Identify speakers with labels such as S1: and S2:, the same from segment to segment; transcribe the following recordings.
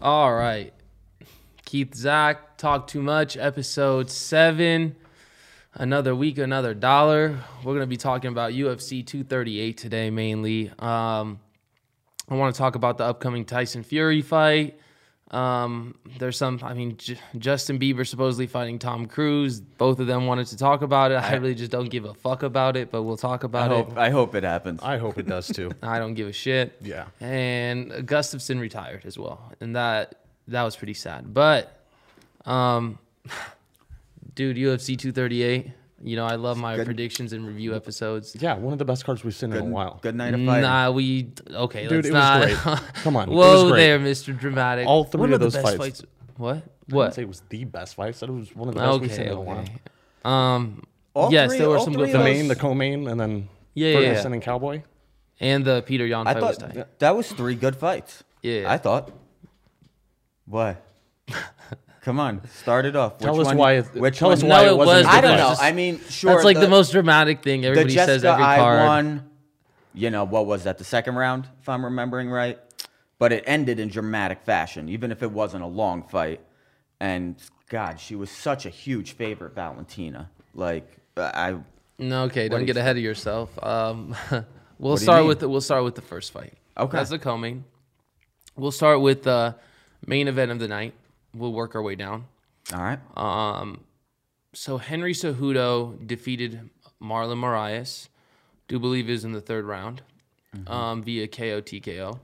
S1: All right. Keith Zach, Talk Too Much, episode seven. Another week, another dollar. We're going to be talking about UFC 238 today mainly. Um, I want to talk about the upcoming Tyson Fury fight. Um, there's some, I mean, J- Justin Bieber supposedly fighting Tom Cruise. Both of them wanted to talk about it. I really just don't give a fuck about it, but we'll talk
S2: I
S1: about it.
S2: hope, I hope it happens.
S3: I hope it does too.
S1: I don't give a shit.
S3: Yeah.
S1: And Gustafson retired as well, and that that was pretty sad. But, um, dude, UFC 238. You know, I love my predictions and review episodes.
S3: yeah, one of the best cards we've seen in a while.
S2: Good night of fighting.
S1: Nah, we okay.
S3: Dude,
S1: let's
S3: it was
S1: not.
S3: great. Come on, it was
S1: Whoa
S3: great.
S1: there, Mr. Dramatic.
S3: All three
S1: One
S3: of
S1: the
S3: those
S1: best
S3: fights-
S1: What?
S3: I didn't
S1: What?
S3: say it was the best fight. I said it was one of the best we've seen
S1: Okay.
S3: in a while.
S1: okay. Um.
S2: All
S1: yes,
S2: three-
S1: there were
S2: all
S1: some
S2: three
S1: good
S2: of
S3: The
S1: fights.
S3: main, the co-main, and then
S1: Yeah, yeah,
S3: Ferguson
S1: yeah.
S3: and Cowboy.
S1: and the Peter Yan
S2: I
S1: fight was
S2: thought
S1: tight.
S2: th- that was three good fights.
S1: Yeah.
S2: I thought. What? Come on, start it off.
S3: Tell
S2: Which
S3: us
S2: one-
S3: why. It,
S2: Which
S3: tell
S2: one?
S3: us why
S1: No, it
S3: it wasn't.
S1: was
S3: a
S2: I
S3: good
S2: don't
S1: It's
S2: know.
S3: fight.
S1: just-
S2: I mean, sure.
S1: That's like the, most dramatic thing
S2: The
S1: everybody
S2: Jessica
S1: says every
S2: I
S1: card.
S2: won. You know what was that? The second round, if I'm remembering right. But it ended in dramatic fashion, even if it wasn't a long fight. And God, she was such a huge favorite, Valentina. Like I,
S1: No, okay, don't
S2: do
S1: get ahead of yourself. Um, we'll
S2: do you
S1: start
S2: mean?
S1: with the, we'll start with the first fight.
S2: Okay.
S1: that's the co-main. We'll start with the main event of the night. We'll work our way down.
S2: all right.
S1: So Henry Cejudo defeated Marlon Marias, do believe is in the third round,
S2: Mm-hmm.
S1: um, via KO TKO.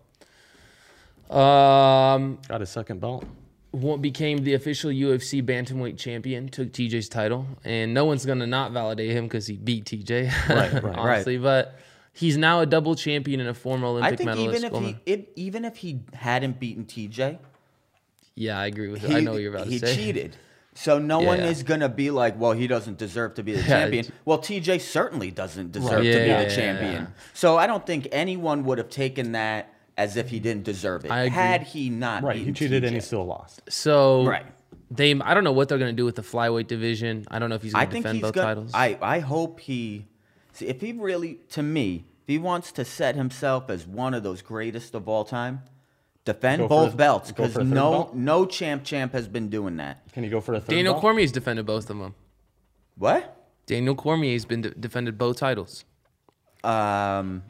S1: Um,
S3: Got a second belt.
S1: what became the official UFC bantamweight champion, took TJ's title, and no one's gonna not validate him because he beat TJ, right,
S3: right.
S1: honestly. But he's now a double champion and a former Olympic
S2: I think
S1: medalist.
S2: even if
S1: Goldman-
S2: he, if, even if he hadn't beaten TJ,
S1: yeah, I agree with you.
S2: he,
S1: I know what you're about
S2: he
S1: to say.
S2: cheated. So no one
S1: Yeah.
S2: is gonna be like, well, he doesn't deserve to be the
S1: Yeah,
S2: champion.
S1: it-
S2: Well, TJ certainly doesn't deserve
S1: Right.
S2: to be
S1: Yeah,
S2: the
S1: yeah,
S2: champion.
S1: yeah.
S2: So I don't think anyone would have taken that as if he didn't deserve it.
S1: I agree.
S2: Had he not,
S3: Right, he
S2: beaten
S3: cheated
S2: TJ.
S3: and he still lost.
S1: So
S2: Right.
S1: they I don't know what they're gonna do with the flyweight division. I don't know if he's
S2: I
S1: gonna
S2: think
S1: defend
S2: he's
S1: both
S2: gonna.
S1: titles.
S2: I I hope he. See, if he really, to me, if he wants to set himself as one of those greatest of all time, defend
S3: Go for
S2: both
S3: the-
S2: belts
S3: go
S2: because
S3: for the third
S2: no
S3: belt?
S2: no champ champ has been doing that.
S3: Can you go for a third
S1: Daniel
S3: belt?
S1: Cormier's defended both of them.
S2: What?
S1: Daniel Cormier's been de- defended both titles.
S2: um,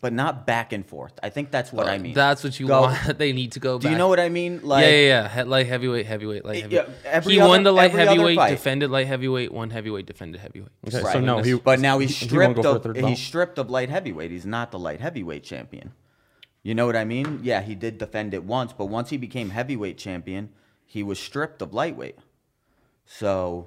S2: but not back and forth. I think that's what I mean.
S1: Uh, That's what you
S2: Go-
S1: want. they need to go
S2: Do you
S1: back.
S2: know what I mean? Like,
S1: yeah, yeah, yeah. He- light heavyweight, heavyweight, light
S2: Yeah,
S1: heavyweight.
S2: every
S1: he won
S2: other-
S1: the light
S2: every other
S1: heavyweight,
S2: fight.
S1: defended light heavyweight, won heavyweight, defended heavyweight.
S3: Okay,
S2: Right.
S3: so no, he.
S2: But now he's
S3: he- he won't
S2: stripped
S3: go for a
S2: of
S3: third
S2: he's
S3: belt.
S2: stripped of light heavyweight. He's not the light heavyweight champion. You know what I mean? Yeah, he did defend it once, but once he became heavyweight champion, he was stripped of lightweight. So,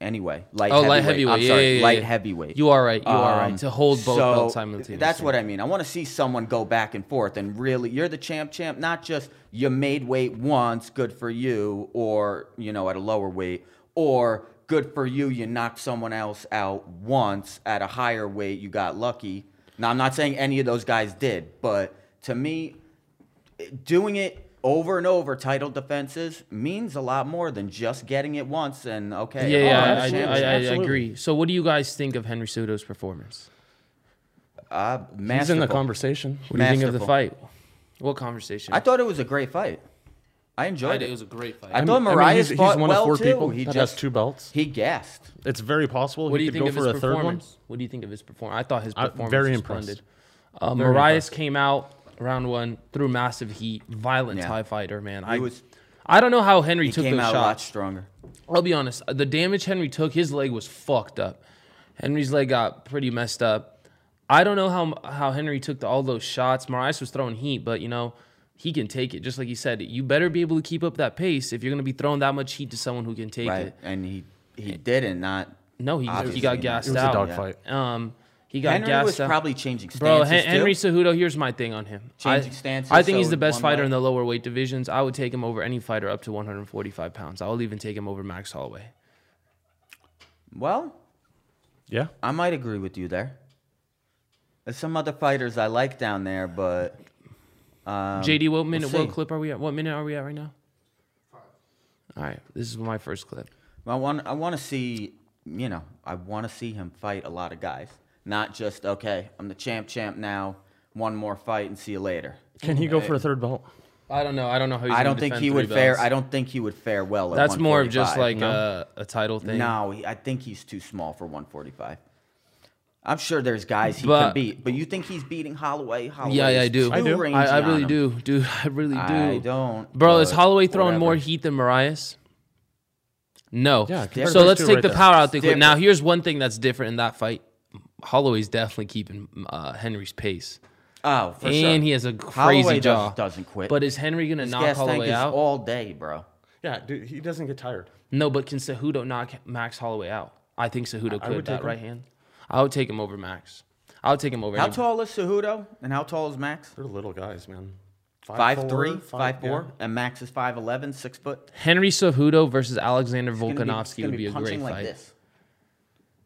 S2: anyway, light
S1: Oh,
S2: heavyweight.
S1: light heavyweight.
S2: I'm
S1: yeah,
S2: sorry,
S1: yeah, yeah,
S2: light
S1: yeah.
S2: heavyweight.
S1: You are right. You are
S2: Um,
S1: right. To hold both
S2: so
S1: belts simultaneously.
S2: That's what I mean. I want to see someone go back and forth and really, you're the champ, champ, not just you made weight once, good for you, or, you know, at a lower weight, or good for you, you knocked someone else out once at a higher weight, you got lucky. Now, I'm not saying any of those guys did, but to me, doing it over and over title defenses means a lot more than just getting it once and okay
S1: Yeah,
S2: all
S1: yeah,
S2: right,
S1: I-
S2: champ,
S1: I, I, I
S3: absolutely.
S1: agree. So, what do you guys think of Henry Sudo's performance?
S2: uh,
S3: He's in the
S2: masterful.
S3: conversation.
S1: What do you think of the
S2: Masterful.
S1: fight? What conversation?
S2: I thought it was a great fight. I
S1: I
S2: enjoyed
S1: did-
S2: it.
S1: it was a great fight.
S2: I
S3: I
S2: thought
S3: mean, I mean,
S2: Marias
S3: he's, he's
S2: fought
S3: one
S2: well
S3: of four
S2: too.
S3: people
S2: He
S3: that
S2: just
S3: has two belts.
S2: he gassed.
S3: It's very possible
S1: what do
S3: he
S1: you
S3: could
S1: think
S3: go
S1: of
S3: for
S1: his
S3: a third one.
S1: performance? What do you think of his performance? I thought his
S3: I-
S1: performance
S3: very
S1: was
S3: impressed.
S1: splendid. Uh, Marias came out round one, threw massive heat, violent
S2: Yeah.
S1: Thai fighter, man. I
S2: was-
S1: I don't know how Henry
S2: He
S1: took
S2: came
S1: those
S2: out a lot
S1: shots.
S2: stronger.
S1: I'll be honest. The damage Henry took, his leg was fucked up. Henry's leg got pretty messed up. I don't know how how Henry took the, all those shots. Marais was throwing heat, but you know he can take it. Just like you said, you better be able to keep up that pace if you're going to be throwing that much heat to someone who can take
S2: Right.
S1: it.
S2: And he he didn't not
S1: No, he he
S2: Obviously
S1: got
S2: not.
S1: gassed
S3: It was a
S1: out.
S3: dog
S2: yeah.
S3: fight.
S1: Um, he got
S2: Henry
S1: gassed
S2: was
S1: out.
S2: probably changing stances
S1: Bro, Hen- Henry
S2: too.
S1: Cejudo. Here's my thing on him. I,
S2: Changing stances,
S1: I think he's
S2: so
S1: the best
S2: one
S1: fighter
S2: leg.
S1: in the lower weight divisions. I would take him over any fighter up to 145 pounds. I will even take him over Max Holloway.
S2: Well,
S3: Yeah.
S2: I might agree with you there. There's some other fighters I like down there, but um,
S1: JD, what minute?
S2: we'll
S1: what
S2: see.
S1: clip are we at? What minute are we at right now? All right, this is my first clip.
S2: I want I want to see you know I want to see him fight a lot of guys, not just okay. I'm the champ, champ now. One more fight and see you later.
S3: Can he go for a third belt?
S1: I don't know. I don't know how. He's
S2: I
S1: gonna
S2: don't think
S1: defend
S2: he
S1: three
S2: would
S1: belts.
S2: fare. I don't think he would fare well. At
S1: That's more of just
S2: 145.
S1: like a, a title thing.
S2: No, he, I think he's too small for 145. I'm sure there's guys he
S1: But-
S2: can beat, but you think he's beating Holloway? Holloway
S1: Yeah, yeah,
S2: is
S1: I do.
S2: too
S1: I
S3: do.
S2: rangy
S1: I, I
S2: on
S1: really
S2: him.
S1: do, dude. I really do.
S2: I don't.
S1: Bro, is
S2: but
S1: Holloway throwing more
S2: whatever.
S1: heat than Marias? No.
S3: Yeah, compared
S1: so
S3: to
S1: let's
S3: those two
S1: take
S3: right
S1: the
S3: there.
S1: power out the equation.
S2: Different.
S1: Now, here's one thing that's different in that fight. Holloway's definitely keeping uh, Henry's pace,
S2: Oh, for
S1: and
S2: sure.
S1: he has a crazy
S2: Holloway does-
S1: jaw.
S2: doesn't quit.
S1: But is Henry gonna
S2: His
S1: knock
S2: gas tank
S1: Holloway
S2: is
S1: out?
S2: all day, bro.
S3: Yeah, dude, he doesn't get tired.
S1: no, but can Cejudo knock Max Holloway out? I think Cejudo could
S3: would
S1: that
S3: take him.
S1: right hand. I would take him over Max. I would take him over.
S2: How
S1: any-
S2: tall is Cejudo and how tall is Max?
S3: They're little guys, man.
S2: Five three,
S3: five-
S2: five
S3: yeah.
S2: four, and Max is five eleven, six foot.
S1: Henry Cejudo versus Alexander
S2: Gonna be-
S1: Volkanovski
S2: gonna
S1: would be a
S2: punching
S1: great
S2: like
S1: fight.
S2: this.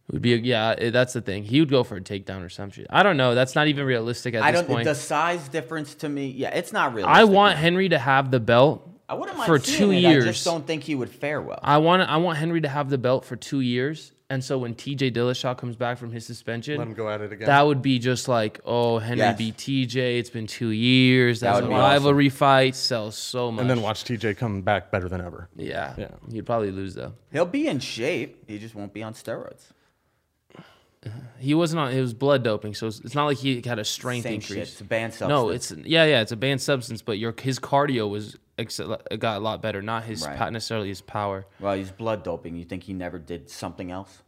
S1: It would be a, yeah, it- that's the thing. He would go for a takedown or some shit. I don't know. That's not even realistic at
S2: I
S1: this
S2: don't.
S1: point.
S2: The size difference to me, yeah, it's not real.
S1: I want Henry to have the belt.
S2: I wouldn't mind
S1: for
S2: seeing
S1: two
S2: it,
S1: years.
S2: I just don't think he would fare well.
S1: I want I want Henry to have the belt for two years, and so when TJ Dillashaw comes back from his suspension,
S3: Let him go at it again.
S1: That would be just like, oh, Henry
S2: Yes.
S1: beat TJ. It's been two years. That's
S2: would
S1: a
S2: be awesome.
S1: rivalry fight. Sells so much.
S3: and then watch TJ come back better than ever.
S1: Yeah.
S3: Yeah.
S1: He'd probably lose though.
S2: He'll be in shape. He just won't be on steroids.
S1: He wasn't on. It was blood doping, so it's, it's not like he had a strength
S2: Same shit.
S1: increase.
S2: It's a banned substance.
S1: No, it's yeah, yeah. It's a banned substance, but your his cardio was ex- it got a lot better. Not his
S2: Right.
S1: not necessarily his power.
S2: well, he's blood doping. You think he never did something else?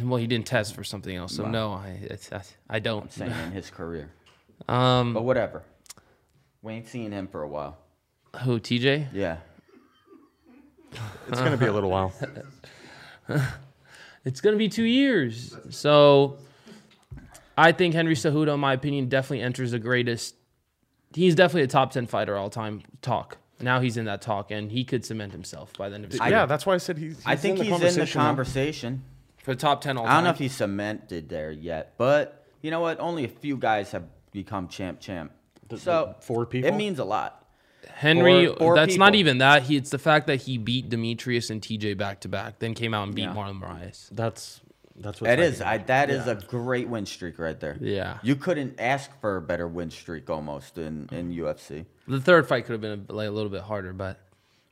S1: Well, he didn't test for something else, so no, I it's, I, I don't.
S2: Saying in his career,
S1: Um,
S2: but whatever. We ain't seen him for a while.
S1: who TJ?
S2: Yeah.
S3: It's gonna be a little while.
S1: It's gonna be two years. So I think Henry Cejudo, in my opinion, definitely enters the greatest. He's definitely a top ten fighter all time. Talk now he's in that talk, and he could cement himself by the end of his career
S3: yeah, that's why I said he's. he's
S2: I think
S3: in the
S2: he's in the
S3: conversation. now.
S2: conversation.
S1: for the top ten all
S2: I
S1: time.
S2: don't know if he's cemented there yet, but you know what? Only a few guys have become champ champ. So
S3: four people?
S2: It means a lot.
S1: Henry,
S2: Four- four
S1: that's not
S2: people.
S1: even that. He, it's the fact that he beat Demetrius and TJ back to back, then came out and beat
S2: Yeah.
S1: Marlon Moraes.
S3: That's that's what
S2: That is, I, that is a great win streak right there.
S1: Yeah.
S2: you couldn't ask for a better win streak almost in, in UFC.
S1: The third fight could have been a, like, a little bit harder, but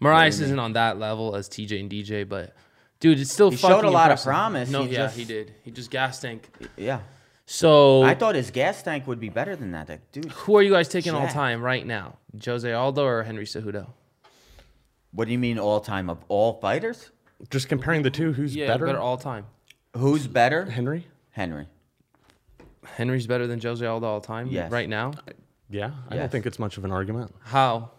S1: Marias isn't on that level as TJ and DJ. But dude, it's still
S2: He showed
S1: fucking
S2: a lot of
S1: impressive.
S2: promise.
S1: No,
S2: He
S1: yeah,
S2: just-
S1: he did. He just gas tank.
S2: Yeah,
S1: So
S2: I thought his gas tank would be better than that. Like, dude,
S1: who are you guys taking all
S2: Jack.
S1: time right now? Jose Aldo or Henry Cejudo?
S2: what do you mean all time of all fighters?
S3: just comparing the two. Who's
S1: Yeah,
S3: better?
S1: better, all time.
S2: Who's better?
S3: Henry.
S2: Henry.
S1: Henry's better than Jose Aldo all time
S2: Yes.
S1: right now.
S3: Yeah, I don't
S2: Yes.
S3: think it's much of an argument.
S1: How?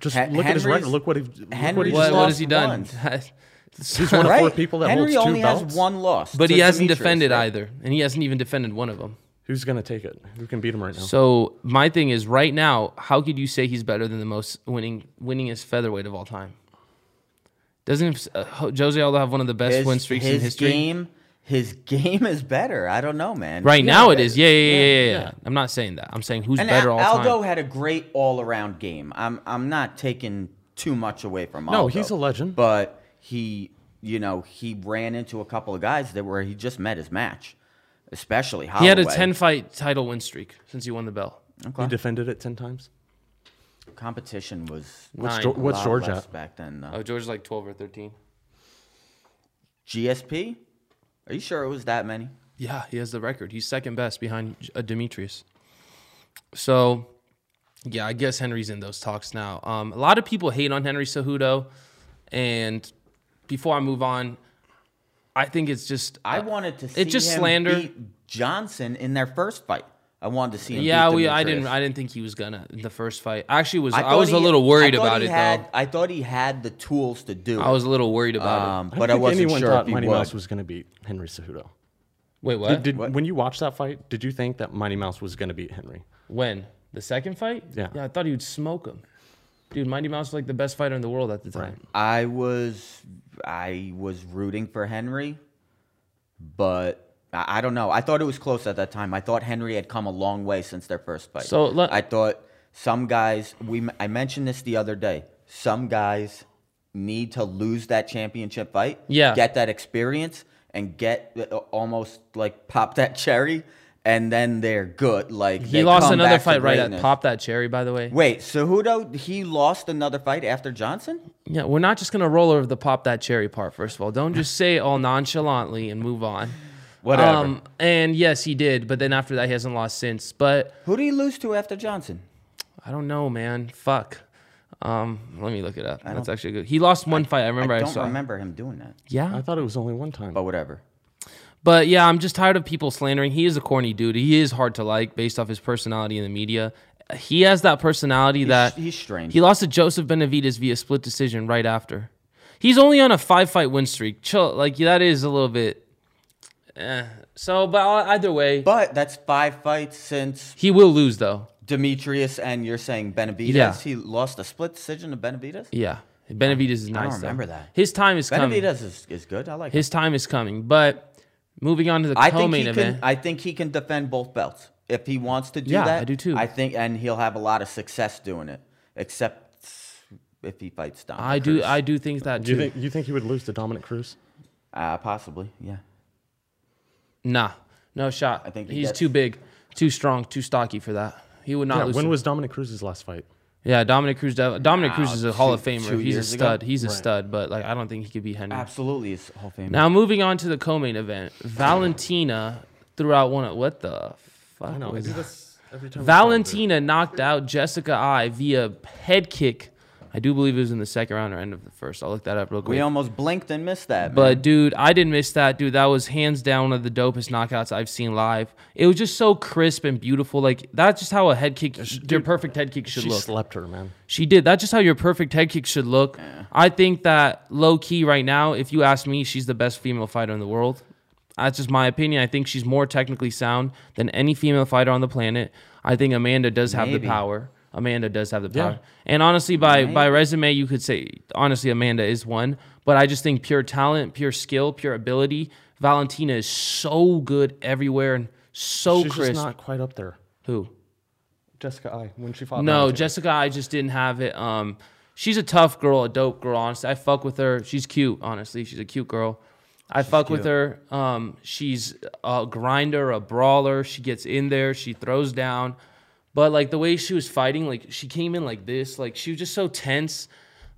S3: Just
S2: Hen-
S3: look at his record.
S2: Henry's-
S3: Look what he. Look what
S2: Henry's
S3: he
S1: What,
S3: just
S1: what
S2: lost
S1: has he done?
S3: He's one of four
S2: Right?
S3: people that
S2: Henry
S3: holds two
S2: only
S3: belts.
S2: has one loss,
S1: but
S2: to
S1: he hasn't
S2: Demetrius,
S1: defended
S2: right?
S1: either, and he hasn't even defended one of them.
S3: Who's gonna take it? Who can beat him right now?
S1: So my thing is, right now, how could you say he's better than the most winning, winningest featherweight of all time? Doesn't uh, Ho- Jose Aldo have one of the best
S2: His,
S1: win streaks
S2: his
S1: in history?
S2: game, his game is better. I don't know, man.
S1: right
S2: Yeah,
S1: now, it
S2: that-
S1: is. Yeah, yeah, yeah, yeah, yeah, I'm not saying that. I'm saying who's
S2: And
S1: better
S2: Al-
S1: all
S2: Aldo
S1: time.
S2: had a great all-around game. I'm I'm not taking too much away from Aldo.
S3: No, he's a legend.
S2: But he, you know, he ran into a couple of guys that where he just met his match, especially Holloway.
S1: He had a ten-fight title win streak since he won the belt.
S3: He defended it ten times.
S2: competition was
S1: Nine.
S3: What's, Geor- what's
S2: lot
S3: George
S2: less
S3: at?
S2: back then. though.
S1: Oh, George's like twelve or thirteen.
S2: GSP? Are you sure it was that many?
S1: Yeah, he has the record. He's second best behind uh, Demetrius. So, yeah, I guess Henry's in those talks now. Um, a lot of people hate on Henry Cejudo, and before I move on, I think it's just uh,
S2: I wanted to see
S1: it's just
S2: him
S1: slander.
S2: beat Johnson in their first fight. I wanted to see him.
S1: yeah,
S2: beat
S1: we I
S2: Demetrius.
S1: didn't I didn't think he was gonna in the first fight. I actually was I,
S2: thought
S1: was a
S2: he-
S1: little worried
S2: I thought
S1: about
S2: he
S1: it
S2: had-
S1: though.
S2: I thought he had the tools to do.
S1: I was a little worried
S2: it,
S1: about
S2: um,
S3: I don't
S2: but I
S3: think
S2: wasn't
S3: anyone
S2: sure
S3: thought
S2: if he
S3: Mighty
S2: would.
S3: Mouse was gonna beat Henry Cejudo.
S1: it. Wait, what?
S3: Did when you watched that fight, did you think that Mighty Mouse was gonna beat Henry?
S1: when the second fight?
S3: Yeah.
S1: yeah, I thought he would smoke him. Dude, Mighty Mouse was like the best fighter in the world at the time.
S2: I was I was rooting for Henry, but I, I don't know. I thought it was close at that time. I thought Henry had come a long way since their first fight.
S1: So, let-
S2: I thought some guys we m- I mentioned this the other day. Some guys need to lose that championship fight.
S1: Yeah.
S2: Get that experience and get uh, almost like pop that cherry and then they're good. Like
S1: He
S2: they
S1: lost
S2: come
S1: another
S2: back to
S1: fight right at
S2: greatness.
S1: Pop That Cherry, by the way.
S2: Wait, Cejudo he lost another fight after Johnson?
S1: Yeah, we're not just gonna roll over the Pop That Cherry part. First of all, don't just say it all nonchalantly and move on.
S2: Whatever.
S1: Um, and yes, he did, but then after that, he hasn't lost since. But
S2: Who did he lose to after Johnson?
S1: I don't know, man. Fuck. Um, let me look it up. That's actually good. He lost one fight. I remember. I,
S2: I don't
S1: saw.
S2: remember him doing that.
S1: Yeah,
S3: I thought it was only one time.
S2: But whatever.
S1: But yeah, I'm just tired of people slandering. He is a corny dude. He is hard to like based off his personality in the media. He has that personality that
S2: he's strange.
S1: He lost to Joseph Benavides via split decision right after. He's only on a five fight win streak. Chill, like that is a little bit. Eh. So, but either way,
S2: But that's five fights since
S1: he will lose though.
S2: Demetrius and you're saying Benavides.
S1: Yeah.
S2: He lost a split decision to Benavides?
S1: Yeah, Benavides is nice. though.
S2: remember that.
S1: His time is coming.
S2: Benavides is, is good. I like him.
S1: His time is coming. But moving on to the
S2: I think
S1: co-main
S2: he
S1: event.
S2: can. I think he can defend both belts if he wants to do
S1: Yeah,
S2: that.
S1: I do too.
S2: I think, and he'll have a lot of success doing it, except if he fights Dominic.
S1: I do. I do think that
S3: do you
S1: too.
S3: think you think he would lose to Dominic Cruz?
S2: uh, possibly. Yeah,
S1: Nah, no shot. I
S2: think
S1: think
S2: he
S1: he's
S2: gets-
S1: too big, too strong, too stocky for that. He would not
S3: Yeah,
S1: lose.
S3: when
S1: to-
S3: was Dominic Cruz's last fight?
S1: yeah, Dominic Cruz. def- Dominic Cruz is a Hall of
S2: two-
S1: Famer.
S2: two
S1: he's a
S2: years ago?
S1: stud. He's a stud. But like, I don't think he could be Henry.
S2: absolutely. It's Hall of Fame.
S1: Now moving on to the co-main event, Valentina threw out one. Of, what the fuck?
S3: I know. I
S1: was
S3: do
S1: that?
S3: this every time. we talk about it.
S1: Valentina knocked out Jessica I via head kick. I do believe it was in the second round or end of the first. I'll look that up real quick.
S2: we almost blinked and missed that. man.
S1: But dude, I didn't miss that, dude. That was hands down one of the dopest knockouts I've seen live. It was just so crisp and beautiful. Like that's just how a head kick, your perfect head kick should
S3: She
S1: look.
S3: slept her, man.
S1: She did. That's just how your perfect head kick should look. I think that low key right now, if you ask me, she's the best female fighter in the world. That's just my opinion. I think she's more technically sound than any female fighter on the planet. I think Amanda does have
S2: Maybe.
S1: the power. Amanda does have the
S3: Yeah.
S1: power. And honestly, by by resume, you could say honestly Amanda is one. But I just think pure talent, pure skill, pure ability. Valentina is so good everywhere and so
S3: She's
S1: crisp.
S3: just not quite up there.
S1: Who?
S3: Jessica I when she fought.
S1: No,
S3: Valentina.
S1: Jessica, I just didn't have it. Um, she's a tough girl, a dope girl. Honestly, I fuck with her. She's cute. Honestly, she's a cute girl. I fuck with her. Um, she's a grinder, a brawler. She gets in there. She throws down. But like the way she was fighting, like she came in like this. Like she was just so tense.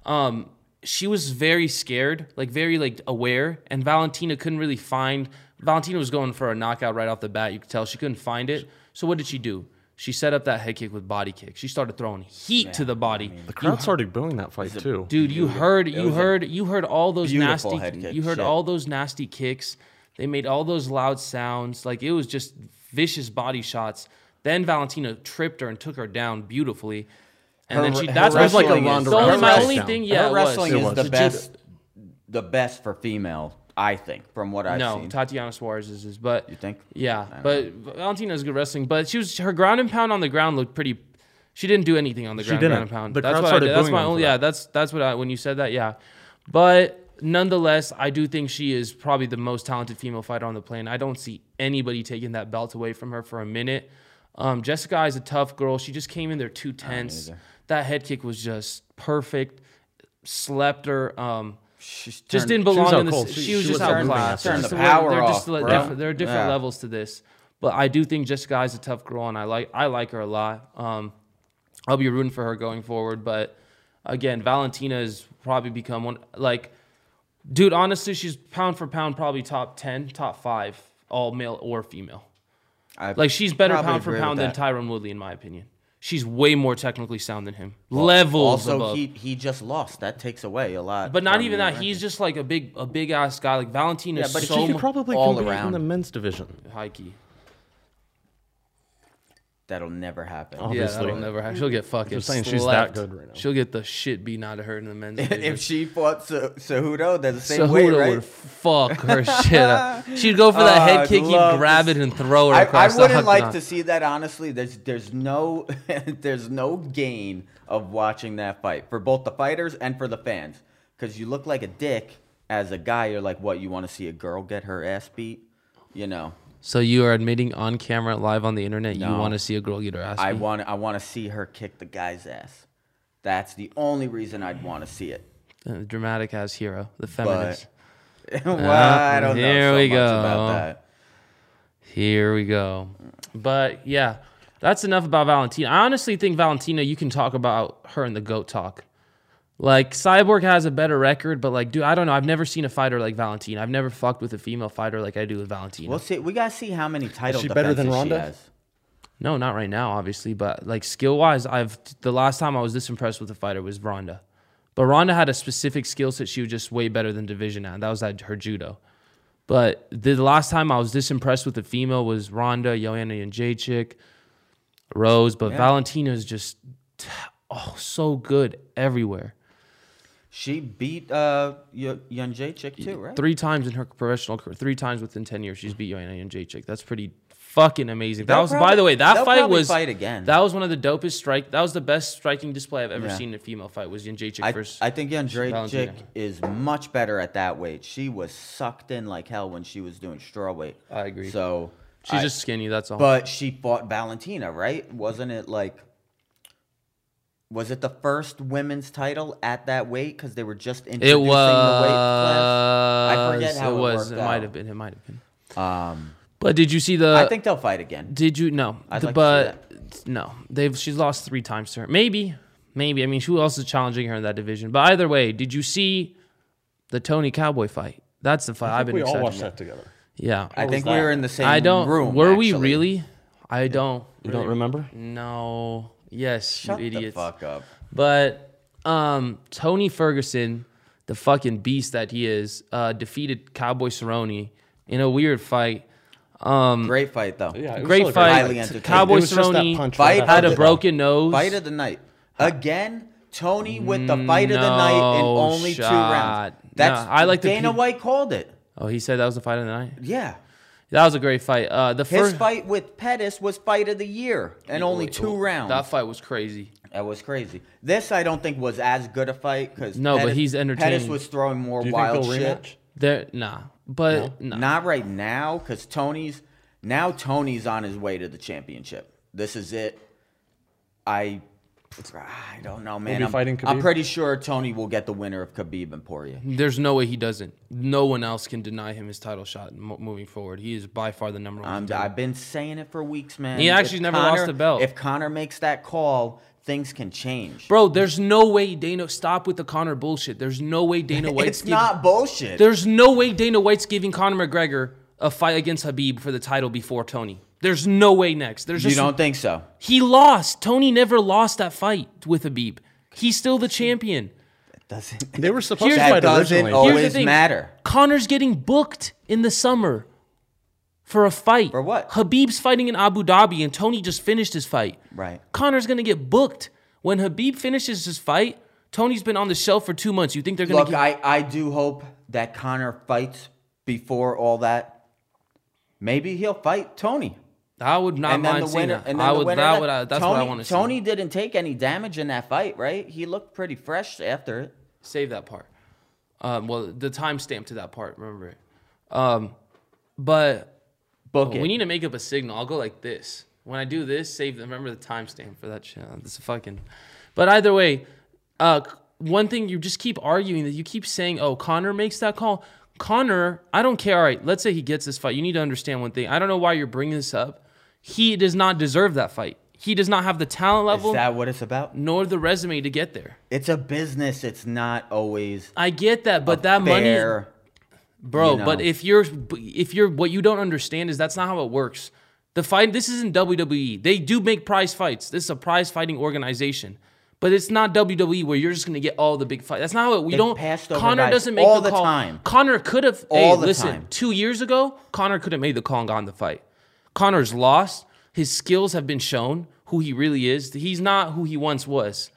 S1: Um, she was very scared, like very like aware. And Valentina couldn't really find. Valentina was going for a knockout right off the bat. You could tell she couldn't find it. So what did she do? She set up that head kick with body kick. She started throwing heat to the body.
S3: the crowd started booing that fight too.
S1: Dude, you heard you heard you heard all those
S2: beautiful
S1: nasty
S2: head kick,
S1: you heard
S2: shit.
S1: all those nasty kicks. They made all those loud sounds. Like it was just vicious body shots. Then Valentina tripped her and took her down beautifully. And
S2: Her-
S1: then she
S2: her
S1: that's why
S3: It was like
S1: she-
S3: a
S2: wrestling
S3: Ronda
S1: the only-
S3: Rousey
S1: my
S3: wrestling.
S1: only
S3: down.
S1: thing
S3: Her
S1: yeah it
S2: her
S1: was.
S2: wrestling
S3: It
S2: is
S3: was.
S2: the
S3: Jiu-
S2: best. The best for female, I think, from what I've
S1: no,
S2: seen.
S1: Tatiana Suarez is, is but
S2: You think?
S1: Yeah, but Valentina's good wrestling. But she was her ground and pound on the ground looked pretty. She didn't do anything on the ground, ground
S3: didn't.
S1: and pound.
S3: The
S1: that's
S3: crowd
S1: what I
S3: started
S1: did. That's
S3: booing
S1: my
S3: them for
S1: only.
S3: that.
S1: Yeah, that's that's what I when you said that. Yeah, but nonetheless, I do think she is probably the most talented female fighter on the planet. I don't see anybody taking that belt away from her for a minute. Um, Jessica is a tough girl. She just came in there too tense. That head kick was just perfect. Slept her. Um,
S2: She's
S1: just
S2: turned-
S1: didn't belong
S3: out
S1: in this.
S3: cold.
S1: She,
S3: She-
S1: was
S3: she
S1: just
S3: was out
S1: outclassed.
S2: moving. Turn
S1: Just
S2: the
S1: way-
S2: power
S1: they're
S2: off,
S1: like
S2: bro.
S1: different- there are different
S2: Yeah.
S1: levels to this, but I do think Jessica is a tough girl, and I like I like her a lot. Um, I'll be rooting for her going forward, but again, Valentina has probably become one like, dude. Honestly, she's pound for pound probably top ten, top five, all male or female.
S2: I
S1: Like she's better
S2: probably
S1: pound for
S2: agree
S1: pound
S2: with
S1: than
S2: that.
S1: Tyron Woodley, in my opinion. She's way more technically sound than him. Levels
S2: Also,
S1: above.
S2: he he just lost. That takes away a lot.
S1: But not
S2: from
S1: even
S2: the
S1: that.
S2: ranking.
S1: He's just like a big, a big ass guy. Like Valentina
S2: Yeah,
S1: is
S2: but
S1: so
S3: she
S1: mu-
S3: could probably
S2: all
S3: compete
S2: around.
S3: in the men's division.
S1: high key.
S2: that'll never happen.
S1: Yeah,
S3: Obviously.
S1: that'll never happen. She'll get fucking.
S3: just saying she's
S1: slept.
S3: that good right now.
S1: She'll get the shit beaten out of her in the men's. division.
S2: if she fought Ce- Cejudo, they're the same
S1: Cejudo
S2: weight, right?
S1: would fuck her shit up. She'd go for that
S2: Oh,
S1: head
S2: I'd
S1: kick, he'd
S2: love
S1: grab
S2: to
S1: it and throw her
S2: I, I
S1: across the
S2: wouldn't like to
S1: octagon.
S2: see that honestly. There's there's no there's no gain of watching that fight for both the fighters and for the fans because you look like a dick as a guy. You're like, what? You want to see a girl get her ass beat? You know,
S1: So you are admitting on camera, live on the internet, you
S2: No.
S1: want to see a girl get her ass
S2: I
S1: beat?
S2: want I want to see her kick the guy's ass. That's the only reason I'd want to see it.
S1: Uh, dramatic ass hero, the
S2: But
S1: feminist.
S2: well, I don't know
S1: here
S2: so
S1: we
S2: much about
S1: go.
S2: that.
S1: Here we go. But yeah, that's enough about Valentina. I honestly think Valentina, you can talk about her in the GOAT talk. Like Cyborg has a better record, but like, dude, I don't know. I've never seen a fighter like Valentina. I've never fucked with a female fighter like I do with Valentina.
S2: We'll see. We gotta see how many title
S3: she better than
S2: defenses
S3: Ronda?
S2: she has.
S1: no, not right now, obviously, but like skill wise, I've the last time I was this impressed with a fighter was Ronda. But Ronda had a specific skill set she was just way better than division at. That was at her judo. But the last time I was this impressed with a female was Ronda, Joanna and Jacek, Rose, but Valentina's just t- oh so good everywhere.
S2: She beat uh y- Yun Jae chick too, right?
S1: Three times in her professional career, three times within ten years, she's beat Joanna and Jacek. That's pretty fucking amazing. That
S2: They'll
S1: was by
S2: probably-
S1: the way, that
S2: they'll
S1: fight
S2: probably
S1: was
S2: fight again.
S1: That was one of the dopest strike. That was the best striking display I've ever
S2: Yeah.
S1: seen in a female fight. Was Jacek
S2: I,
S1: versus
S2: I think Yun Jae
S1: Valentina.
S2: chick is much better at that weight. She was sucked in like hell when she was doing straw weight.
S1: I agree.
S2: So
S1: She's
S2: I-
S1: just skinny. That's all.
S2: But she fought Valentina, right? Wasn't it like was it the first women's title at that weight because they were just introducing
S1: it was.
S2: the weight class? I forget how it,
S1: was.
S2: worked
S1: it might
S2: out.
S1: have been. It might have been.
S2: Um,
S1: But did you see the?
S2: I think they'll fight again.
S1: Did you no?
S2: I'd
S1: The-
S2: like to
S1: but no, they've she's lost three times to her. Maybe, maybe. I mean, who else is challenging her in that division? But either way, did you see the Tony Cowboy fight? That's the fight
S3: I
S1: I've
S3: think
S1: been
S3: we
S1: excited.
S3: all watched
S1: about.
S3: that together.
S1: Yeah,
S2: I think we
S3: that?
S2: were in the same
S1: I don't.
S2: room.
S1: were we
S2: actually.
S1: really? I don't.
S3: You don't remember?
S1: No. Yes,
S2: Shut
S1: you idiots.
S2: the fuck up.
S1: But um, Tony Ferguson, the fucking beast that he is, uh, defeated Cowboy Cerrone in a weird fight. Um,
S2: Great fight though.
S3: Yeah, it was still
S1: Great
S3: a great
S2: Highly
S1: fight.
S2: entertaining.
S1: Cowboy
S3: It was just that
S1: Cerrone
S3: punch
S2: Fight
S3: right
S1: had
S3: after
S1: a
S3: that.
S1: broken nose.
S2: Fight of the night again. Tony with the fight of the night in
S1: No
S2: only two rounds.
S1: shot.
S2: That's
S1: No, I like the
S2: Dana
S1: pe-
S2: White called it.
S1: oh, he said that was the fight of the night.
S2: Yeah.
S1: That was a great fight. Uh, the
S2: His
S1: first
S2: fight with Pettis was fight of the year and only two rounds.
S1: That fight was crazy.
S2: That was crazy. This I don't think was as good a fight because
S1: No, but he's entertaining.
S2: Pettis was throwing more
S3: Do you
S2: wild
S3: think they'll
S2: shit.
S3: rematch?
S1: There, nah, but nah.
S2: Not right now because Tony's now Tony's on his way to the championship. This is it. I I don't know, man.
S3: be
S2: I'm,
S3: fighting
S2: I'm
S3: Khabib?
S2: pretty sure Tony will get the winner of Khabib and Poirier.
S1: There's no way he doesn't. No one else can deny him his title shot mo- moving forward. He is by far the number one.
S2: I'm,
S1: contender.
S2: I've been saying it for weeks, man.
S1: He
S2: If
S1: actually never lost a belt.
S2: If Connor makes that call, things can change.
S1: Bro, there's no way Dana. Stop with the Connor bullshit. There's no way Dana White's.
S2: it's
S1: giv-
S2: not bullshit.
S1: There's no way Dana White's giving Conor McGregor a fight against Habib for the title before Tony. There's no way next. There's
S2: you
S1: just
S2: don't think so?
S1: he lost. Tony never lost that fight with Habib. He's still the champion.
S2: Doesn't
S3: They were supposed
S1: Here's- Oh,
S3: to
S2: that
S3: fight
S2: doesn't
S3: originally.
S1: Here's
S2: always
S1: the thing.
S2: matter?
S1: Connor's getting booked in the summer for a fight.
S2: For what?
S1: Habib's fighting in Abu Dhabi and Tony just finished his fight.
S2: Right.
S1: Connor's gonna get booked. When Habib finishes his fight, Tony's been on the shelf for two months. You think they're gonna
S2: Look,
S1: get
S2: I, I do hope that Connor fights before all that. Maybe he'll fight Tony.
S1: I would not
S2: And then
S1: mind
S2: the
S1: seeing
S2: winner,
S1: that.
S2: and then
S1: I
S2: the
S1: would.
S2: winner.
S1: That would. I, that's
S2: Tony,
S1: what I want to see.
S2: Tony didn't take any damage in that fight, right? He looked pretty fresh after it.
S1: save that part. Um, well, the timestamp to that part. Remember it. Um, but
S2: Book it.
S1: we need to make up a signal. I'll go like this. When I do this, save. the- Remember the timestamp for that shit. This is fucking. But either way, uh, c- one thing you just keep arguing that you keep saying, "Oh, Connor makes that call." Connor, I don't care. All right, let's say he gets this fight. You need to understand one thing. I don't know why you're bringing this up. He does not deserve that fight. He does not have the talent level
S2: Is that what it's about?
S1: nor the resume to get there.
S2: It's a business. It's not always
S1: I get that, but that money,
S2: fair.
S1: bro.
S2: you know.
S1: But if you're, if you're, what you don't understand is that's not how it works. The fight, this isn't WWE. They do make prize fights. This is a prize fighting organization, but it's not WWE where you're just gonna get all the big fights. That's not how it. We don't.
S2: passed over
S1: Connor
S2: guys
S1: doesn't make
S2: all
S1: the
S2: the
S1: call.
S2: time.
S1: Connor could have.
S2: All
S1: hey,
S2: the
S1: listen,
S2: time.
S1: two years ago, Connor could have made the call and gotten the fight. Connor's lost. His skills have been shown who he really is. He's not who he once was.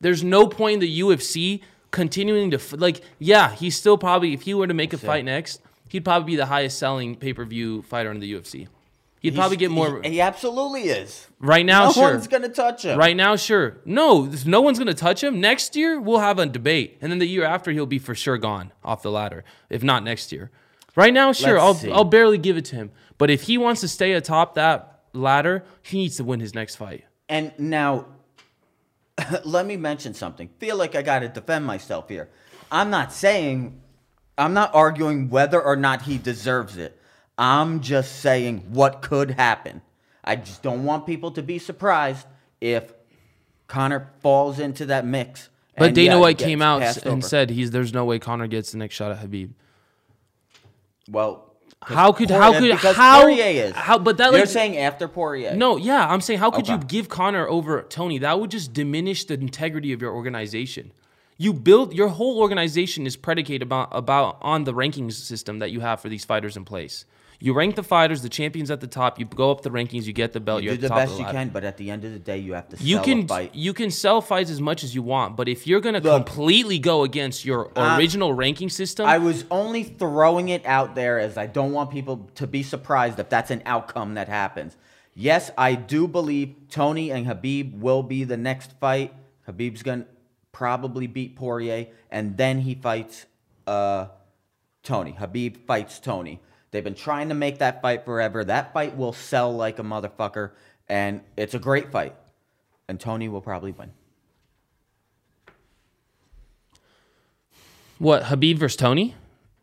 S1: There's no point in the UFC continuing to f- like. Yeah, he's still probably if he were to make a fight next, he'd probably be the highest selling pay per view fighter in the UFC. He'd probably get more
S2: He, he absolutely is.
S1: right now.
S2: No
S1: sure,
S2: one's gonna touch him.
S1: right now, sure. No, if no one's gonna touch him. Next year we'll have a debate, and then the year after he'll be for sure gone off the ladder, if not next year. Right now, sure,
S2: Let's
S1: I'll
S2: see.
S1: I'll barely give it to him. But if he wants to stay atop that ladder, he needs to win his next fight.
S2: And now, let me mention something. Feel like I got to defend myself here. I'm not saying, I'm not arguing whether or not he deserves it. I'm just saying what could happen. I just don't want people to be surprised if Connor falls into that mix.
S1: But
S2: and,
S1: Dana
S2: yeah, he
S1: White
S2: gets
S1: came out
S2: passed
S1: and
S2: over.
S1: said he's there's no way Connor gets the next shot at Habib.
S2: "Well, 'cause
S1: How could how
S2: Poirier-
S1: could
S2: because
S1: how
S2: Poirier is
S1: how? But that
S2: you're
S1: like
S2: saying after Poirier?
S1: no, yeah, I'm saying how could you
S2: Okay.
S1: give Connor over Tony? That would just diminish the integrity of your organization. You build your whole organization is predicated about about on the rankings system that you have for these fighters in place. You rank the fighters, the champions at the top. You go up the rankings, you get the belt.
S2: you
S1: are
S2: do
S1: at the
S2: the
S1: top
S2: best
S1: of the
S2: you
S1: ladder.
S2: can, but at the end of the day, you have to.
S1: You
S2: sell a
S1: can
S2: fight.
S1: you can sell fights as much as you want, but if you're gonna completely go against your original ranking system,
S2: Uh, I was only throwing it out there as I don't want people to be surprised if that's an outcome that happens. Yes, I do believe Tony and Habib will be the next fight. Habib's going to probably beat Poirier, and then he fights uh, Tony. Habib fights Tony. They've been trying to make that fight forever. That fight will sell like a motherfucker, and it's a great fight. And Tony will probably win.
S1: what Habib versus Tony?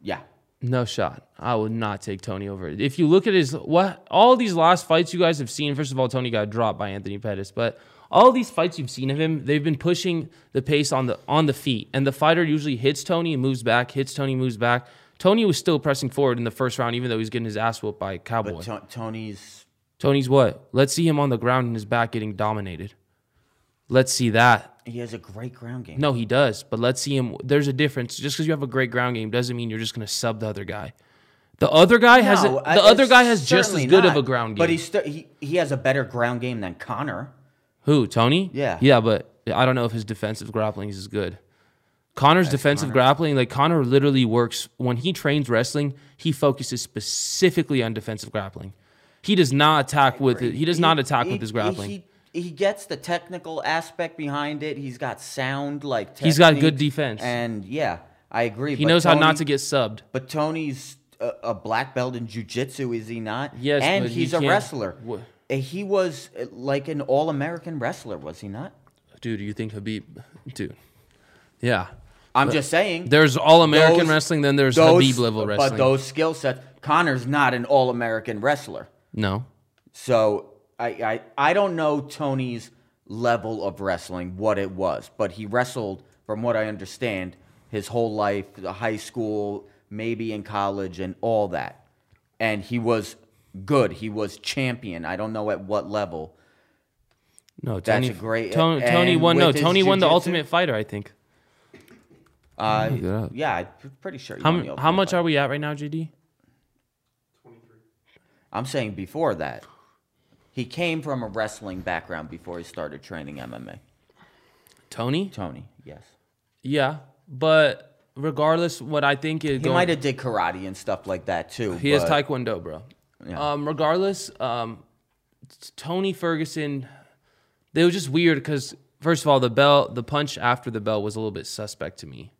S2: Yeah.
S1: No shot. I would not take Tony over. If you look at his what all these last fights you guys have seen, first of all, Tony got dropped by Anthony Pettis, but all these fights you've seen of him, they've been pushing the pace on the on the feet. And the fighter usually hits Tony and moves back, hits Tony, moves back. Tony was still pressing forward in the first round, even though he's getting his ass whooped by Cowboy.
S2: But To- Tony's
S1: Tony's what? Let's see him on the ground and his back getting dominated. Let's see that.
S2: he has a great ground game.
S1: No, he does, but let's see him. There's a difference. Just because you have a great ground game doesn't mean you're just going to sub the other guy. The other guy has a,
S2: No,
S1: the
S2: I-
S1: other
S2: it's
S1: guy has just as
S2: certainly
S1: good of
S2: not.
S1: a ground game.
S2: But he's st- he he has a better ground game than Connor.
S1: Who? Tony?
S2: Yeah.
S1: Yeah, but I don't know if his defensive grappling is as good. Connor's defensive grappling, like Connor literally works when he trains wrestling, he focuses specifically on defensive grappling. He does not attack with he does not attack
S2: He-
S1: with his grappling.
S2: He, he gets the technical aspect behind it. He's got sound like
S1: He's got good
S2: technique,
S1: defense.
S2: and yeah, I agree.
S1: he knows how not to get subbed.
S2: But Tony's a, a black belt in jujitsu, is he not?
S1: Yes,
S2: and
S1: but he
S2: he's a
S1: can't-
S2: wrestler.
S1: Wha-
S2: Uh, He was uh, like an all-American wrestler, was he not?
S1: Dude, you think Habib? Dude, yeah.
S2: I'm just saying.
S1: There's all American
S2: Those-
S1: wrestling, then there's
S2: those-
S1: Habib level wrestling.
S2: But those skill sets, Connor's not an all-American wrestler.
S1: no,
S2: So I, I I don't know Tony's level of wrestling, what it was, but he wrestled, from what I understand, his whole life, the high school, maybe in college, and all that. And he was good. He was champion. I don't know at what level.
S1: no.
S2: That's
S1: Tony,
S2: a great-
S1: Tony, Tony
S2: and
S1: won. No,
S2: with his
S1: Tony won the
S2: jujitsu-
S1: Ultimate Fighter. I think.
S2: Uh,
S1: it up.
S2: yeah, I'm pretty sure. he
S1: How,
S2: won
S1: m-
S2: the
S1: how
S2: Ultimate
S1: much
S2: Fighter.
S1: are we at right now, JD?
S2: I'm saying before that, he came from a wrestling background before he started training MMA.
S1: Tony?
S2: Tony, yes.
S1: Yeah, but regardless, what I think is
S2: He
S1: going-
S2: might have did karate and stuff like that too.
S1: He has
S2: but-
S1: taekwondo, bro. Um, regardless, um, t- Tony Ferguson, they were just weird because first of all, the bell, the punch after the bell was a little bit suspect to me.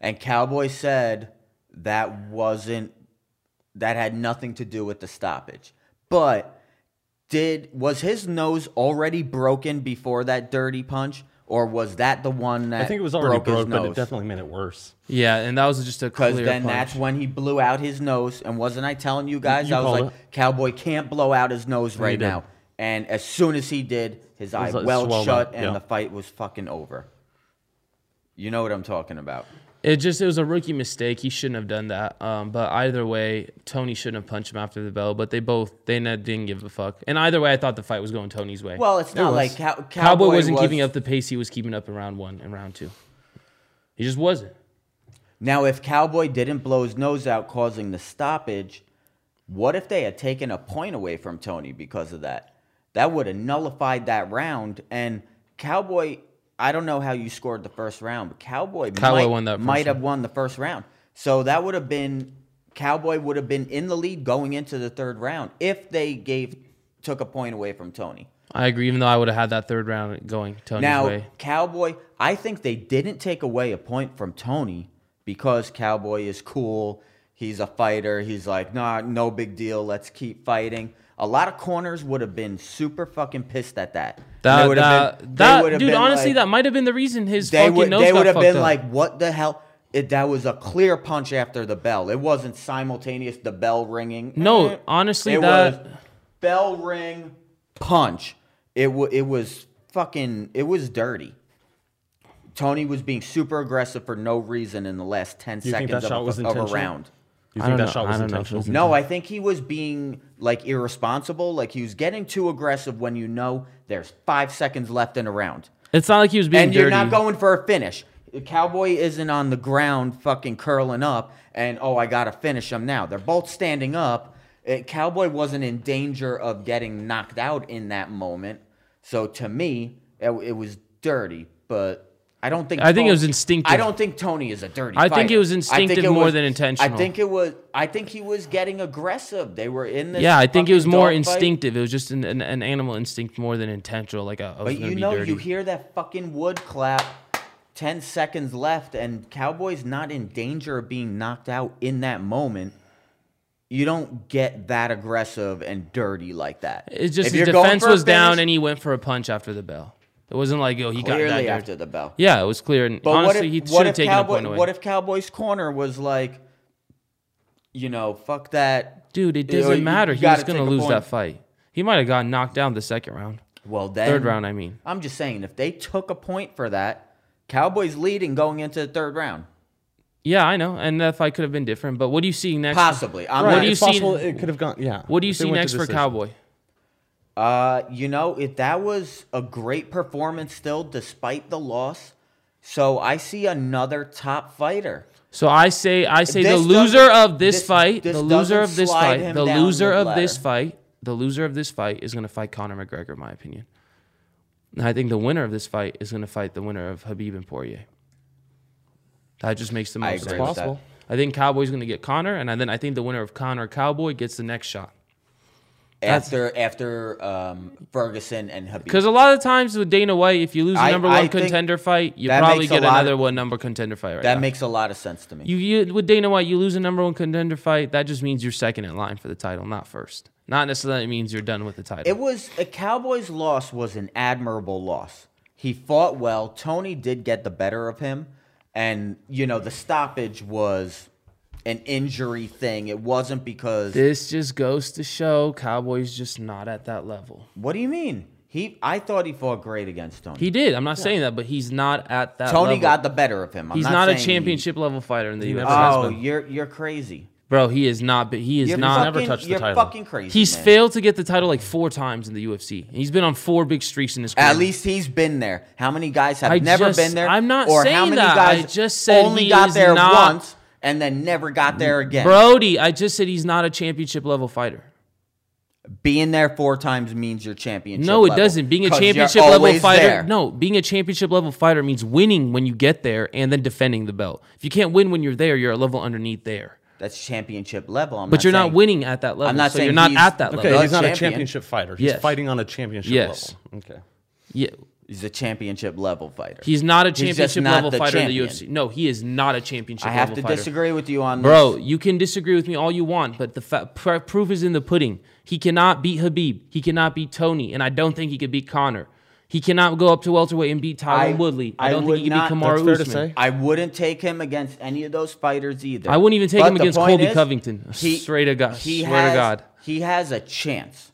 S2: And Cowboy said that wasn't that had nothing to do with the stoppage. But did was his nose already broken before that dirty punch, or was that the one that
S3: I think it was already
S2: his
S3: broke, but it
S2: nose?
S3: definitely made it worse.
S1: Yeah, and that was just a clear
S2: Because then
S1: punch.
S2: that's when he blew out his nose. And wasn't I telling you guys?
S3: you
S2: I was
S3: called
S2: like, Cowboy can't blow out his nose right
S3: did.
S2: now. And as soon as he did, his eye
S3: was, like,
S2: well
S3: swelled
S2: shut
S3: up,
S2: and
S3: yeah.
S2: the fight was fucking over. You know what I'm talking about.
S1: It just it was a rookie mistake. He shouldn't have done that. Um, but either way, Tony shouldn't have punched him after the bell. But they both they n- didn't give a fuck. And either way, I thought the fight was going Tony's way.
S2: Well, it's not
S3: was.
S2: like cow- Cowboy,
S1: Cowboy, wasn't
S2: was-
S1: keeping up the pace he was keeping up in round one and round two. He just wasn't.
S2: Now, if Cowboy didn't blow his nose out, causing the stoppage, what if they had taken a point away from Tony because of that? That would have nullified that round. And Cowboy, I don't know how you scored the first round, but Cowboy,
S1: Cowboy
S2: might,
S1: won that first
S2: might have won the first round. So that would have been Cowboy would have been in the lead going into the third round if they gave took a point away from Tony.
S1: I agree. Even though I would have had that third round going Tony's
S2: Now,
S1: way.
S2: Cowboy, I think they didn't take away a point from Tony because Cowboy is cool. He's a fighter. He's like, nah, no big deal. Let's keep fighting. A lot of corners would have been super fucking pissed at that. And they
S1: That,
S2: would have
S1: that,
S2: been- they
S1: that
S2: would have
S1: dude.
S2: been
S1: honestly,
S2: like-
S1: that might have been the reason his
S2: they
S1: fucking
S2: would
S1: nose
S2: they
S1: got
S2: would have
S1: fucked
S2: been
S1: up.
S2: like, what the hell? it, that was a clear punch after the bell. It wasn't simultaneous the bell ringing.
S1: No,
S2: Eh.
S1: honestly,
S2: it
S1: that-
S2: was bell ring punch. It wa it was fucking it was dirty. Tony was being super aggressive for no reason in the last ten
S3: You think
S2: seconds
S3: that
S2: of,
S3: shot
S2: a,
S3: was
S2: of a
S3: intentional? Mm-hmm.
S2: round.
S3: You
S1: I
S3: think
S1: don't
S3: that
S1: know-
S3: shot
S1: I
S3: was
S1: don't know if it was
S3: intentional?
S2: No, I think he was being like irresponsible. Like he was getting too aggressive when you know there's five seconds left in a round.
S1: It's not like he was being
S2: and
S1: dirty.
S2: you're not going for a finish. The Cowboy isn't on the ground fucking curling up and oh I gotta finish him now. They're both standing up. Uh, Cowboy wasn't in danger of getting knocked out in that moment. So to me, it, it was dirty, but I don't think
S1: I think it was
S2: Tony-
S1: instinctive.
S2: I don't think Tony is a dirty.
S1: I think it
S2: fighter.
S1: was
S2: I
S1: instinctive
S2: it
S1: more
S2: was-
S1: than
S2: I
S1: intentional.
S2: think it was. I think he was getting aggressive. They were in this.
S1: yeah, I think it
S2: fucking
S1: was more
S2: dogfight.
S1: instinctive. It was just an, an, an animal instinct more than intentional. Like a, I was
S2: But
S1: gonna
S2: you
S1: be
S2: know,
S1: dirty.
S2: you hear that fucking wood clap. Ten seconds left, and Cowboy's not in danger of being knocked out in that moment. You don't get that aggressive and dirty like that.
S1: It's just
S2: If
S1: his
S2: you're going
S1: defense
S2: for a
S1: was down,
S2: finish,
S1: and he went for a punch after the bell. It wasn't like oh he
S2: clearly
S1: got that. dirty.
S2: after the bell.
S1: Yeah, it was clear. And
S2: But
S1: honestly,
S2: what if,
S1: he
S2: what
S1: should have
S2: if
S1: taken
S2: Cowboy,
S1: a point away.
S2: What if Cowboy's corner was like, you know, fuck that,
S1: Dude, it
S2: You know,
S1: doesn't
S2: you
S1: matter. He
S2: gotta
S1: was gonna
S2: take a
S1: lose
S2: point.
S1: that fight. He might have gotten knocked down the second round,
S2: Well, then
S1: third round. I mean,
S2: I'm just saying, if they took a point for that, Cowboys leading going into the third round,
S1: yeah, I know. And that fight could have been different. But what do you see next?
S2: possibly. I'm
S1: Right.
S2: not-
S1: do you
S3: it's
S1: see-
S3: possible it could have gone. Yeah.
S1: What do you
S3: if they
S1: see
S3: went to
S1: next for
S3: decision.
S1: Cowboy?
S2: Uh, you know, if that was a great performance still, despite the loss. So I see another top fighter.
S1: So I say, I say the
S2: This
S1: loser
S2: doesn't-
S1: of this,
S2: this-
S1: fight,
S2: this
S1: the loser
S2: doesn't
S1: of this
S2: slide
S1: fight,
S2: him
S1: the
S2: down
S1: loser
S2: the
S1: of this
S2: ladder.
S1: fight, the loser of this fight is going to fight Conor McGregor, in my opinion. And I think the winner of this fight is going to fight the winner of Habib and Poirier. That just makes the most
S2: I
S1: sense.
S2: agree with that.
S3: Possible.
S1: I think Cowboy's going to get Connor, and then I think the winner of Connor Cowboy gets the next shot.
S2: After after um, Ferguson and Habib.
S1: Because a lot of times with Dana White, if you lose a
S2: I-
S1: number
S2: I
S1: one
S2: think
S1: contender fight, you
S2: that
S1: probably
S2: makes a
S1: get
S2: lot of-
S1: another one number contender fight. Right
S2: That
S1: now.
S2: makes a lot of sense to me.
S1: you, you with Dana White, you lose a number one contender fight. That just means you're second in line for the title, not first. Not necessarily means you're done with the title.
S2: It was a Cowboys loss was an admirable loss. He fought well. Tony did get the better of him, and you know the stoppage was an injury thing. It wasn't because.
S1: this just goes to show Cowboys just not at that level.
S2: What do you mean? He, I thought he fought great against Tony.
S1: He did. I'm not saying that, but he's not at that.
S2: Tony
S1: level.
S2: got the better of him. I'm
S1: He's not, a
S2: saying he-
S1: championship level fighter in the UFC.
S3: never has
S2: Oh,
S3: been.
S2: you're you're crazy.
S1: Bro, he is not. But he is
S2: You're
S1: not.
S2: fucking,
S3: never touched the
S2: you're
S3: title.
S2: fucking crazy.
S1: He's
S2: man.
S1: failed to get the title like four times in the UFC. He's been on four big streaks in his career.
S2: At least he's been there. How many guys have
S1: I
S2: never
S1: just-
S2: been there?
S1: I'm not
S2: or
S1: saying
S2: how many
S1: that. I
S2: guys
S1: just said
S2: only
S1: he
S2: got
S1: is
S2: there
S1: not-
S2: once and then never got there again.
S1: Brody, I just said he's not a championship level fighter.
S2: Being there four times means you're championship.
S1: No, it
S2: level,
S1: doesn't. Being a
S2: 'cause you're
S1: championship level
S2: always
S1: fighter.
S2: there.
S1: No, being a championship level fighter means winning when you get there and then defending the belt. If you can't win when you're there, you're a level underneath there.
S2: that's championship level. I'm
S1: But you're
S2: saying-
S1: not winning at that level.
S2: not
S1: so
S2: saying
S1: you're not
S2: he's-
S1: at that level.
S3: Okay,
S2: The
S3: he's not a
S2: champion.
S3: championship fighter. He's
S1: Yes.
S3: fighting on a championship
S1: Yes.
S3: level. Okay.
S1: Yeah.
S2: He's a championship level fighter.
S1: He's not a
S2: just
S1: championship
S2: not
S1: level
S2: the
S1: fighter in the
S2: champion.
S1: UFC. No, he is not a championship
S2: I have
S1: level
S2: to
S1: fighter.
S2: disagree with you on
S1: Bro,
S2: this.
S1: you can disagree with me all you want, but the fa- pr- proof is in the pudding. He cannot beat Habib. He cannot beat Tony, and I don't think he could beat Connor. He cannot go up to welterweight and beat Tyron
S2: I-
S1: Woodley. I,
S2: I
S1: don't think he
S2: would
S1: can beat
S2: not-
S1: Kamaru
S3: That's fair to
S1: Usman.
S3: say.
S2: I wouldn't take him against any of those fighters either.
S1: I wouldn't even take
S2: But
S1: him
S2: the
S1: against
S2: point
S1: Colby
S2: is,
S1: Covington. Straight to God.
S2: He
S1: Swear to
S2: has,
S1: God.
S2: He has a chance.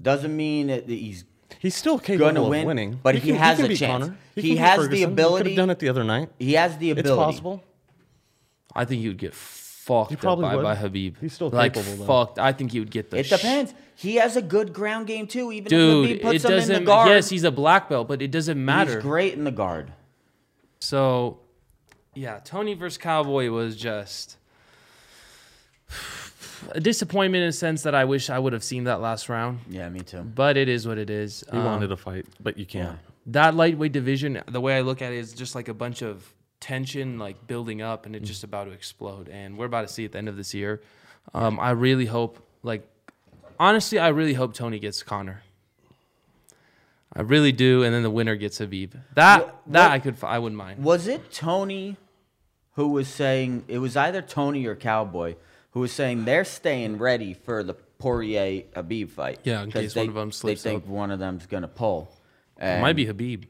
S2: Doesn't mean that he's
S3: He's still capable
S2: Gonna
S3: of
S2: win,
S3: winning.
S2: but he has a
S3: beat
S2: chance.
S3: Conor.
S2: He
S3: can beat
S2: has the
S3: Ferguson. He could
S2: ability-
S3: have done it the other night.
S2: he has the
S3: It's
S2: ability.
S3: possible.
S1: I think he would get fucked up
S3: probably
S1: by,
S3: would.
S1: by Habib.
S3: He's still
S1: like
S3: capable, though.
S1: fucked. I think he would get the
S2: It depends. He has a good ground game too. Even
S1: Dude,
S2: if Habib puts
S1: it
S2: him in the
S1: doesn't.
S2: guard,
S1: Yes, he's a black belt, but it doesn't
S2: he's
S1: matter.
S2: great in the guard.
S1: So, yeah, Tony versus Cowboy was just a disappointment in a sense that I wish I would have seen that last round,
S2: Yeah, me too.
S1: but it is what it is.
S3: He
S1: Um,
S3: wanted a fight, but you can't.
S1: that lightweight division, the way I look at it, is just like a bunch of tension like building up,
S2: Mm.
S1: and it's just about to explode. And we're about to see it at the end of this year. Um, I really hope, like, honestly, I really hope Tony gets Connor. I really do, and then the winner gets Habib. That that
S2: what-
S1: I could f- I wouldn't mind.
S2: Was it Tony who was saying it was either Tony or Cowboy who was saying they're staying ready for the Poirier Habib fight?
S1: Yeah, in
S2: 'Cause
S1: case
S2: they-
S1: one of 'em slips
S2: They think
S1: up.
S2: one of them's gonna pull.
S1: It
S2: And
S1: might be Habib.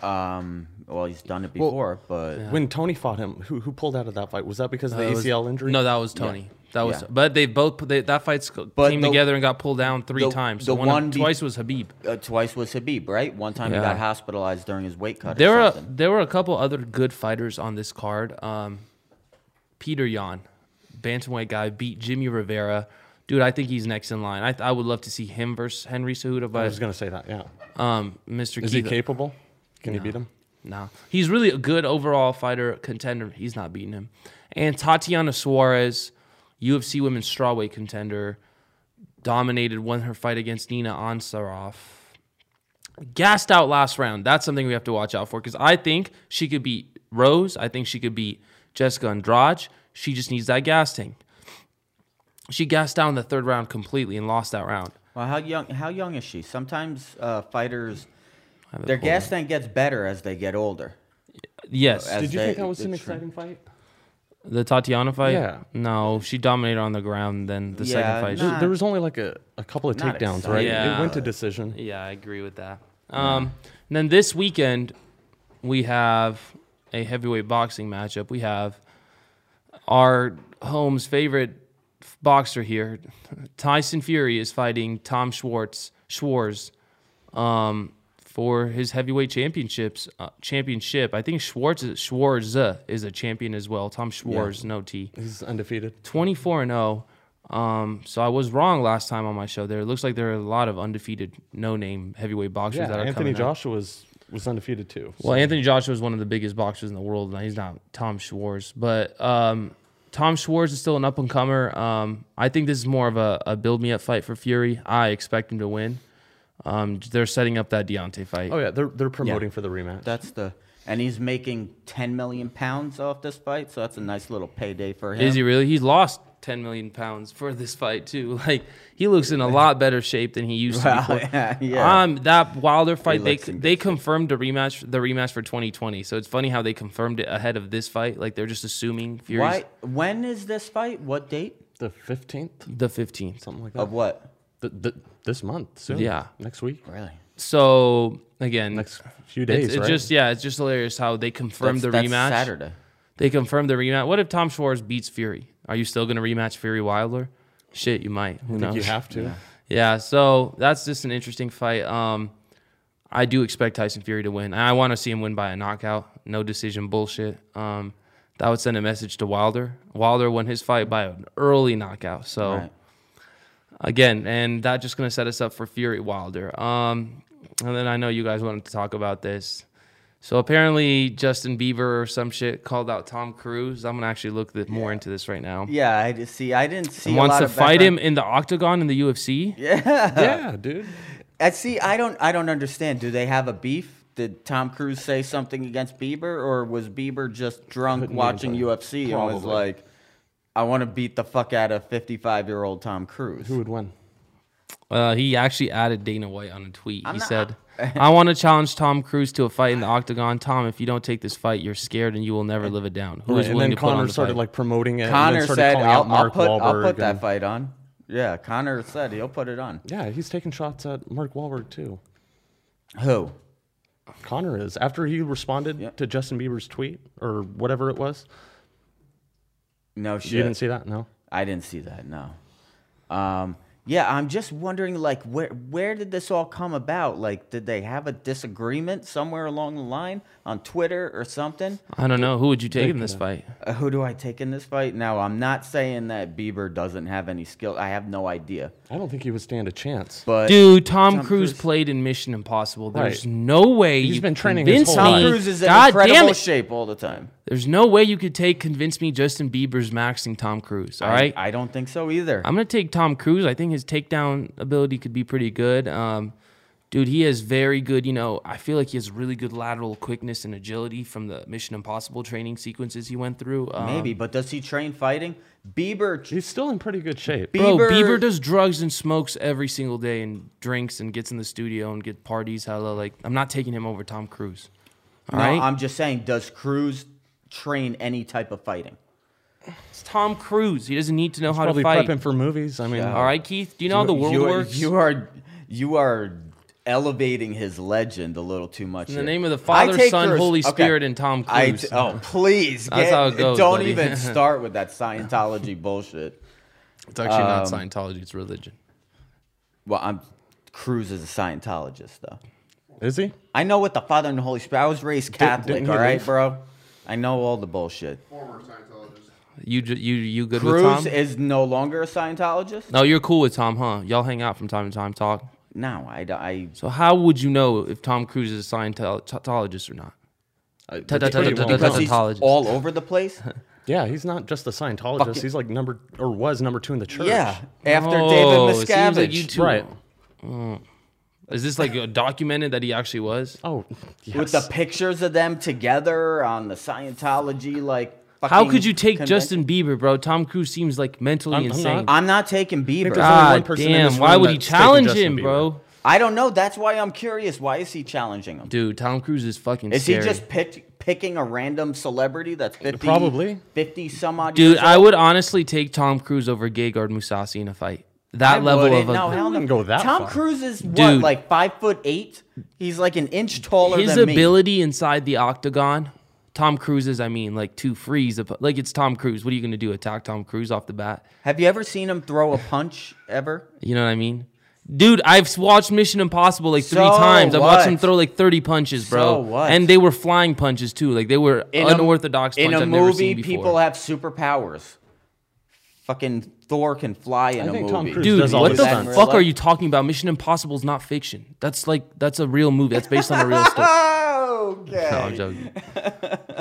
S2: Um, well, he's done it before, but
S3: When Tony fought him, who who pulled out of that fight? Was that because of the
S1: That Uh, was-
S3: ACL injury?
S1: No, that was Tony. That was,
S2: Yeah.
S1: but they both they, that fight sc-
S2: But
S1: came
S2: the-
S1: together and got pulled down three
S2: the-
S1: times. So
S2: the
S1: one, of-
S2: one be-
S1: twice was Habib.
S2: uh, twice was Habib, right? One time he
S1: Yeah.
S2: got hospitalized during his weight cut.
S1: There
S2: or
S1: were
S2: something.
S1: there were a couple other good fighters on this card. Um, Peter Yan, bantamweight guy, beat Jimmy Rivera. Dude, I think he's next in line. I, th- I would love to see him versus Henry Cejudo,
S3: I
S1: but
S3: was gonna say that. Yeah,
S1: um, Mr.
S3: is he
S1: Keith,
S3: capable? Can he beat him?
S1: no, he's really a good overall fighter contender. He's not beating him. And Tatiana Suarez, UFC women's strawweight contender, dominated, won her fight against Nina Ansaroff. Gassed out last round. That's something we have to watch out for because I think she could beat Rose. I think she could beat Jessica Andrade. She just needs that gas tank. She gassed down the third round completely and lost that round.
S2: Well, how young? How young is she? Sometimes uh, fighters,
S1: have it
S2: their
S1: pulled
S2: gas tank gets better as they get older.
S1: Yes.
S2: As
S3: Did you
S2: they-
S3: think that was
S2: the
S3: an
S2: tr-
S3: exciting fight?
S1: The Tatiana fight?
S3: Yeah.
S1: No, she dominated on the ground. Then the second
S2: Yeah,
S1: fight, she-
S2: nah.
S3: There, there was only like a, a couple of
S2: Not
S3: takedowns, right?
S1: exciting.
S3: It went to
S1: Yeah.
S3: decision.
S1: Yeah, I agree with that. Um, and then this weekend, we have a heavyweight boxing matchup. We have our home's favorite f- boxer here, Tyson Fury, is fighting Tom Schwartz Schwarz um, for his heavyweight championships uh, championship. I think Schwartz is, Schwarz is a champion as well. Tom Schwarz, no T.
S3: He's undefeated.
S1: 24 and 0. Um, so I was wrong last time on my show. There it looks like there are a lot of undefeated no-name heavyweight boxers
S3: Yeah,
S1: that are
S3: Anthony
S1: coming up.
S3: Joshua was was undefeated too. So
S1: Well, Anthony Joshua is one of the biggest boxers in the world. Now he's not Tom Schwartz, but um, Tom Schwartz is still an up and comer. Um, I think this is more of a, a build me up fight for Fury. I expect him to win. Um, they're setting up that Deontay fight.
S3: oh yeah, they're they're promoting for the rematch.
S2: That's the and he's making 10 million pounds off this fight, so that's a nice little payday for him.
S1: Is he really? He's lost 10 million pounds for this fight too. Like he looks in a lot better shape than he used to
S2: Wow,
S1: before.
S2: yeah, yeah.
S1: Um, that Wilder fight, they
S2: looks in
S1: they confirmed the rematch, the rematch for 2020. So it's funny how they confirmed it ahead of this fight. Like they're just assuming Fury's
S2: Why? When is this fight? What date
S3: The fifteenth,
S1: the 15th.
S3: something like that.
S2: of what?
S3: Th- th- this month, soon.
S1: Yeah.
S3: next week,
S2: Really?
S1: So again,
S3: next few
S1: it's,
S3: days,
S1: it's
S3: right?
S1: just yeah, it's just hilarious how they confirmed the
S2: that's
S1: rematch.
S2: Saturday.
S1: They confirmed the rematch. What if Tom Schwartz beats Fury? Are you still gonna rematch Fury Wilder? Shit, you might. Who
S3: I
S1: knows?
S3: think you have to.
S1: Yeah, so that's just an interesting fight. Um, I do expect Tyson Fury to win. And I want to see him win by a knockout, no decision bullshit. Um, that would send a message to Wilder. Wilder won his fight by an early knockout. So
S2: Right.
S1: again, and that just gonna set us up for Fury Wilder. Um, and then I know you guys wanted to talk about this. So apparently Justin Bieber or some shit called out Tom Cruise. I'm gonna actually look the, more into this right now.
S2: Yeah, I just see. I didn't see. a
S1: Wants
S2: lot
S1: to
S2: of
S1: fight him
S2: background-
S1: in the octagon in the UFC.
S3: yeah, dude.
S2: I see. I don't. I don't understand. Do they have a beef? Did Tom Cruise say something against Bieber, or was Bieber just drunk
S3: Couldn't even
S2: watching
S3: tell.
S2: UFC and was
S3: Probably.
S2: like, "I want to beat the fuck out of fifty-five-year-old Tom Cruise"?
S3: Who would win?
S1: Uh, he actually added Dana White on a tweet. he
S2: not-
S1: said, "I want to challenge Tom Cruise to a fight in the octagon. Tom, if you don't take this fight, you're scared and you will never live it down. Who is
S3: and
S1: willing
S3: then
S1: to put on
S3: Connor
S1: the
S3: started
S1: fight?
S3: like promoting it. and
S2: Connor
S3: then started
S2: said,
S3: calling
S2: "I'll,
S3: out
S2: I'll
S3: Mark
S2: put, I'll
S3: Wahlberg
S2: put that
S3: and-
S2: fight on." Yeah, Connor said he'll put it on.
S3: Yeah, he's taking shots at Mark Wahlberg too.
S2: Who?
S3: Connor is after he responded
S2: Yeah.
S3: to Justin Bieber's tweet or whatever it was.
S2: No shit.
S3: You didn't see that, no?
S2: I didn't see that. No. Um, yeah, I'm just wondering, like, where where did this all come about? Like, did they have a disagreement somewhere along the line on Twitter or something?
S1: I don't know. Who would you take in this fight?
S2: Uh, who do I take in this fight? Now, I'm not saying that Bieber doesn't have any skill. I have no idea,
S3: I don't think he would stand a chance.
S2: but
S1: Dude, Tom, Cruise,
S2: Cruise.
S1: played in Mission Impossible. There's
S3: Right.
S1: no way
S3: He's
S1: you
S3: been training his
S1: convince
S3: whole
S1: me.
S2: Tom
S3: life.
S2: Cruise is in
S1: God damn
S2: incredible
S1: it.
S2: shape all the time.
S1: There's no way you could take convince me Justin Bieber's maxing Tom Cruise. All
S2: I-
S1: right,
S2: I, don't think so either.
S1: I'm gonna take Tom Cruise. I think his takedown ability could be pretty good. Um, dude, he has very good. You know, I feel like he has really good lateral quickness and agility from the Mission Impossible training sequences he went through. Um,
S2: Maybe, but does he train fighting? Bieber,
S3: He's still in pretty good shape.
S2: Bieber,
S1: Bro, Bieber does drugs and smokes every single day and drinks and gets in the studio and get parties. Hella, like I'm not taking him over Tom Cruise. All
S2: No,
S1: right?
S2: I'm just saying, does Cruise train any type of fighting?
S1: it's Tom Cruise. He doesn't need to know how to
S3: Probably
S1: fight.
S3: prepping for movies. I mean,
S1: All right, Keith. Do you know how the world
S2: you, are-
S1: works?
S2: You are you are elevating his legend a little too much. In
S1: the name of the Father, Son, Holy Spirit, and Tom
S2: I
S1: Cruise.
S2: t- oh, please.
S1: That's
S2: get-
S1: how it goes,
S2: Don't
S1: buddy.
S2: even start with that Scientology bullshit.
S1: It's actually not Scientology; it's religion.
S2: Well, I'm Cruz is a Scientologist though.
S3: Is he?
S2: I know what the Father and the Holy Spirit. I was raised Catholic,
S3: didn't he
S2: all right,
S3: leave?
S2: bro. I know all the bullshit.
S4: Former Scientologist.
S1: You ju- you you good with
S2: Cruz
S1: Tom?
S2: is no longer a Scientologist.
S1: no, you're cool with Tom, huh? Y'all hang out from time to time, talk.
S2: No, I, d- I-
S1: So how would you know if Tom Cruise is a Scientologist or not?
S3: I-
S1: Ta- ta-
S3: it's
S1: ta-
S3: pretty
S1: ta-
S3: well
S1: ta-
S2: because
S1: ta-
S3: known.
S2: he's
S1: Scientologist.
S2: all over the place.
S3: Yeah, he's not just a Scientologist.
S2: Fucking-
S3: He's like number or was number two in the church.
S2: yeah, after
S1: Oh, it
S2: David
S1: seems like
S2: Miscavige.
S1: you two-
S3: Right.
S1: Oh. Is this like documented that he actually was?
S3: Oh, yes.
S2: with the pictures of them together on the Scientology like.
S1: How
S2: fucking
S1: could you take
S2: convention.
S1: Justin Bieber, bro? Tom Cruise seems like mentally
S3: I'm- I'm
S1: insane.
S3: not-
S2: I'm not taking Bieber.
S3: there's only one
S1: God
S3: person in
S1: damn!
S3: this
S1: Why
S3: room
S1: would he
S3: that's taking
S1: challenge
S3: Justin
S1: him, bro?
S2: I don't know. That's why I'm curious. Why is he challenging him?
S1: Dude, Tom Cruise is fucking.
S2: Is
S1: scary.
S2: he just pick, picking a random celebrity that's 50,
S3: Probably.
S2: 50 some odd
S1: Dude,
S2: years
S1: I
S2: old?
S1: would honestly take Tom Cruise over Gegard Mousasi in a fight. That
S2: I
S1: level of
S2: wouldn't. no,
S1: a,
S2: hell no.
S3: wouldn't go that
S2: Tom
S3: far.
S2: Cruise is what,
S1: Dude.
S2: like five foot eight? He's like an inch taller
S1: his
S2: than me.
S1: ability inside the octagon. Tom Cruise is, I mean, like to freeze. Up, like it's Tom Cruise. What are you gonna do? Attack Tom Cruise off the bat?
S2: Have you ever seen him throw a punch ever?
S1: You know what I mean? Dude, I've watched Mission Impossible like three
S2: So
S1: times. I watched
S2: what?
S1: him throw like thirty punches, bro.
S2: So what?
S1: And they were flying punches too. Like they were
S2: In a-
S1: unorthodox
S2: in
S1: punches
S2: a
S1: I've never
S2: movie,
S1: seen before.
S2: people have superpowers. Fucking Thor can fly in
S3: I
S2: a
S3: think
S2: movie.
S3: Tom Cruise
S1: Dude,
S3: does all
S1: what
S3: his
S1: the
S3: stunts.
S1: fuck are you talking about? Mission Impossible is not fiction. That's like that's a real movie. That's based on a real story.
S2: Okay.
S1: No, I'm joking.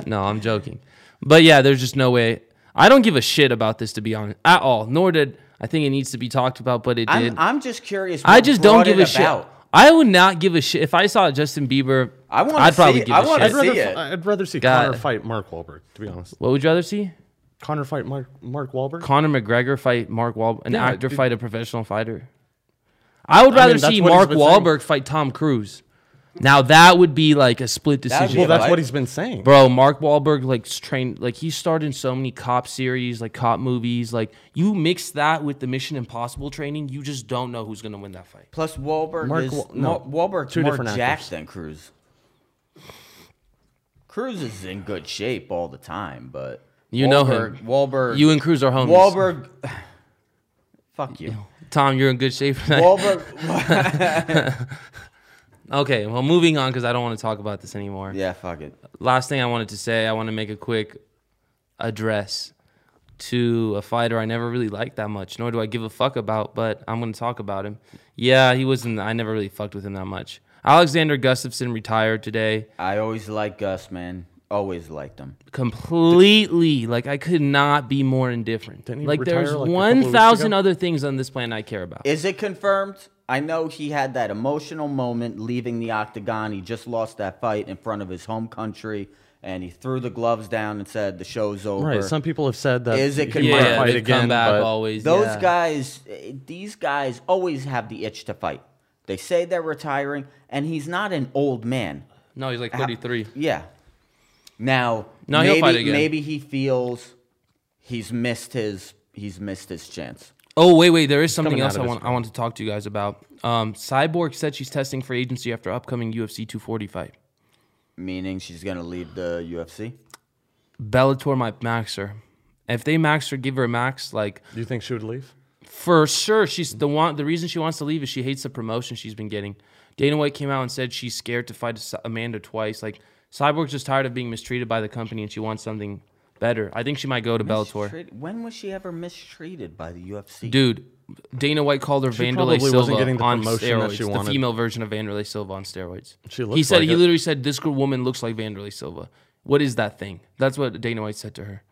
S1: No, I'm joking. But yeah, there's just no way. I don't give a shit about this to be honest at all. Nor did I think it needs to be talked about, but it did.
S2: I'm,
S1: i
S2: I'm just curious. what
S1: just don't
S2: brought
S1: give
S2: it
S1: a shit.
S2: about.
S1: I would not give a shit if I saw Justin Bieber.
S2: I wanna
S1: I'd probably
S2: see-
S1: give
S2: I
S1: a shit.
S2: wanna
S3: I'd rather,
S2: See it.
S3: I'd rather see
S1: God.
S3: Connor fight Mark Wahlberg, to be honest.
S1: What would you rather see?
S3: Connor fight Mark, Mark Wahlberg?
S1: Conor McGregor fight Mark Wahlberg, an
S3: Yeah,
S1: actor
S3: dude.
S1: fight a professional fighter. I would rather
S3: mean, that's
S1: see
S3: what he's
S1: Mark
S3: been saying.
S1: Wahlberg fight Tom Cruise. Now that would be like a split
S2: That'd be
S1: decision.
S3: well, that's
S2: Right.
S3: what he's been saying.
S1: Bro, Mark Wahlberg like trained like he starred in so many cop series, like cop movies. Like you mix that with the Mission Impossible training, you just don't know who's gonna win that fight.
S2: Plus Wahlberg
S3: Mark
S2: is
S3: Wa- no,
S2: Wa- Wahlberg's
S3: two
S2: more
S3: different
S2: jacked
S3: actors.
S2: than Cruz. Cruz is in good shape all the time, but
S1: You
S2: Wahlberg,
S1: know him.
S2: Wahlberg.
S1: You and Cruz are homies.
S2: Wahlberg. Fuck you,
S1: Tom, you're in good shape. for that.
S2: Wahlberg.
S1: okay, well, moving on because I don't want to talk about this anymore.
S2: yeah, fuck it.
S1: Last thing I wanted to say, I want to make a quick address to a fighter I never really liked that much, nor do I give a fuck about, but I'm going to talk about him. Yeah, he wasn't, I never really fucked with him that much. Alexander Gustafsson retired today.
S2: I always liked Gus, man. Always liked him.
S1: completely like i could not be more indifferent
S3: Didn't he
S1: like
S3: retire,
S1: there's
S3: like, a couple of weeks
S1: 1000
S3: ago?
S1: other things on this planet i care about
S2: Is it confirmed? I know he had that emotional moment leaving the octagon. He just lost that fight in front of his home country, and he threw the gloves down and said, "The show's over."
S3: Right. Some people have said that
S2: Is it
S3: he
S2: confirmed?
S3: might
S1: yeah
S3: fight
S1: they
S3: again.
S1: come back
S3: but
S1: always
S2: Those
S1: yeah.
S2: guys, eh, these guys always have the itch to fight. They say they're retiring, and he's not an old man.
S1: no he's like 33
S2: Yeah. Now,
S1: No, he'll
S2: maybe,
S1: fight again.
S2: maybe he feels he's missed his he's missed his chance.
S1: oh wait wait there is something
S3: coming
S1: else
S3: out
S1: i
S3: of his
S1: want i want to talk to you guys about um cyborg said she's testing for agency after upcoming ufc 240 fight
S2: Meaning she's gonna leave the UFC.
S1: bellator might max her if they max her give her a max like
S3: Do you think she would leave?
S1: for sure she's the one the reason she wants to leave is she hates the promotion she's been getting dana white came out and said she's scared to fight Sa- amanda twice like cyborg's just tired of being mistreated by the company and she wants something better i think she might go to bellator
S2: Mistreat- When was she ever mistreated by the UFC?
S1: dude dana white called her vanderlei
S3: probably wasn't
S1: silva
S3: getting the
S1: on
S3: promotion that
S1: steroids
S3: she
S1: the
S3: wanted.
S1: female version of vanderlei silva on steroids
S3: She
S1: he
S3: looks
S1: said
S3: like
S1: he
S3: it.
S1: literally said this girl woman looks like vanderlei silva what is that thing that's what dana white said to her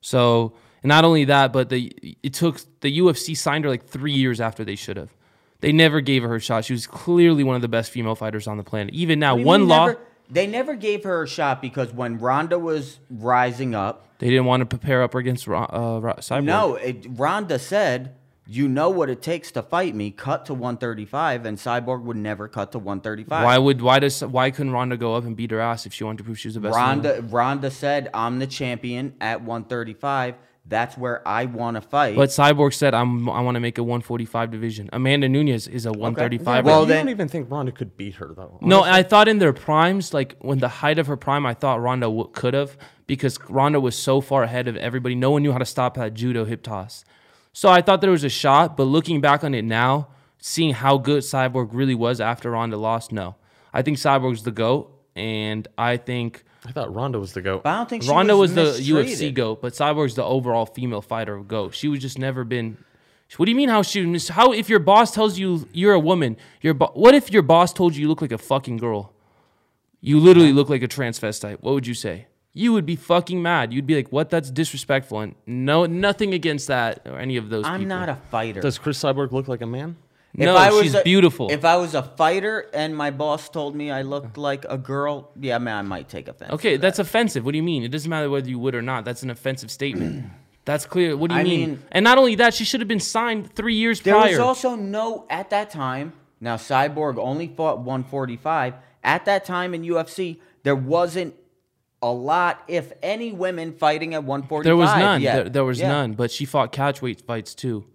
S1: So and not only that, but the it took the UFC signed her like three years after they should have. They never gave her her shot. She was clearly one of the best female fighters on the planet. Even now,
S2: What do you
S1: one
S2: mean
S1: law
S2: never- they never gave her a shot because when Ronda was rising up,
S1: they didn't want to pair up against Ro- uh, Ro- Cyborg.
S2: No, it, Ronda said, "You know what it takes to fight me. Cut to 135, and Cyborg would never cut to 135."
S1: Why would why does why couldn't Ronda go up and beat her ass if she wanted to prove she was the best? in the world?
S2: Ronda Ronda said, "I'm the champion at 135." That's where I want to fight.
S1: But Cyborg said, "I'm I want to make a 145 division." Amanda Nunez is a 135.
S3: well,
S2: Well,
S3: you
S2: then-
S3: don't even think Ronda could beat her though.
S1: No, I thought in their primes, like when the height of her prime, I thought Ronda w- could have because Ronda was so far ahead of everybody. No one knew how to stop that judo hip toss. So I thought there was a shot, but looking back on it now, seeing how good Cyborg really was after Ronda lost, no. I think Cyborg's the GOAT, and I think
S3: I thought Ronda was the goat.
S2: But I don't think she
S1: Ronda was, the UFC
S2: mistreated.
S1: GOAT, but Cyborg's the overall female fighter GOAT. She was just never been. What do you mean how she mis- how if your boss tells you you're a woman, your bo- what if your boss told you you look like a fucking girl? You literally look like a transvestite. What would you say? You would be fucking mad. You'd be like, "What? That's disrespectful." And no, nothing against that or any of those.
S2: I'm
S1: people.
S2: not a fighter.
S3: Does Chris Cyborg look like a man?
S1: No, she's
S2: a-
S1: beautiful.
S2: If I was a fighter and my boss told me I looked like a girl, yeah, man, I might take offense.
S1: Okay, that's offensive. What do you mean? It doesn't matter whether you would or not. That's an offensive statement. that's clear. What do you
S2: I
S1: mean?
S2: mean-
S1: And not only that, she should have been signed three years
S2: There
S1: prior.
S2: was also no at that time. Now Cyborg only fought 145. At that time in UFC, there wasn't a lot, if any, women fighting at 145.
S1: There was none.
S2: yet.
S1: There, there was
S2: Yeah.
S1: none. But she fought catchweight fights too.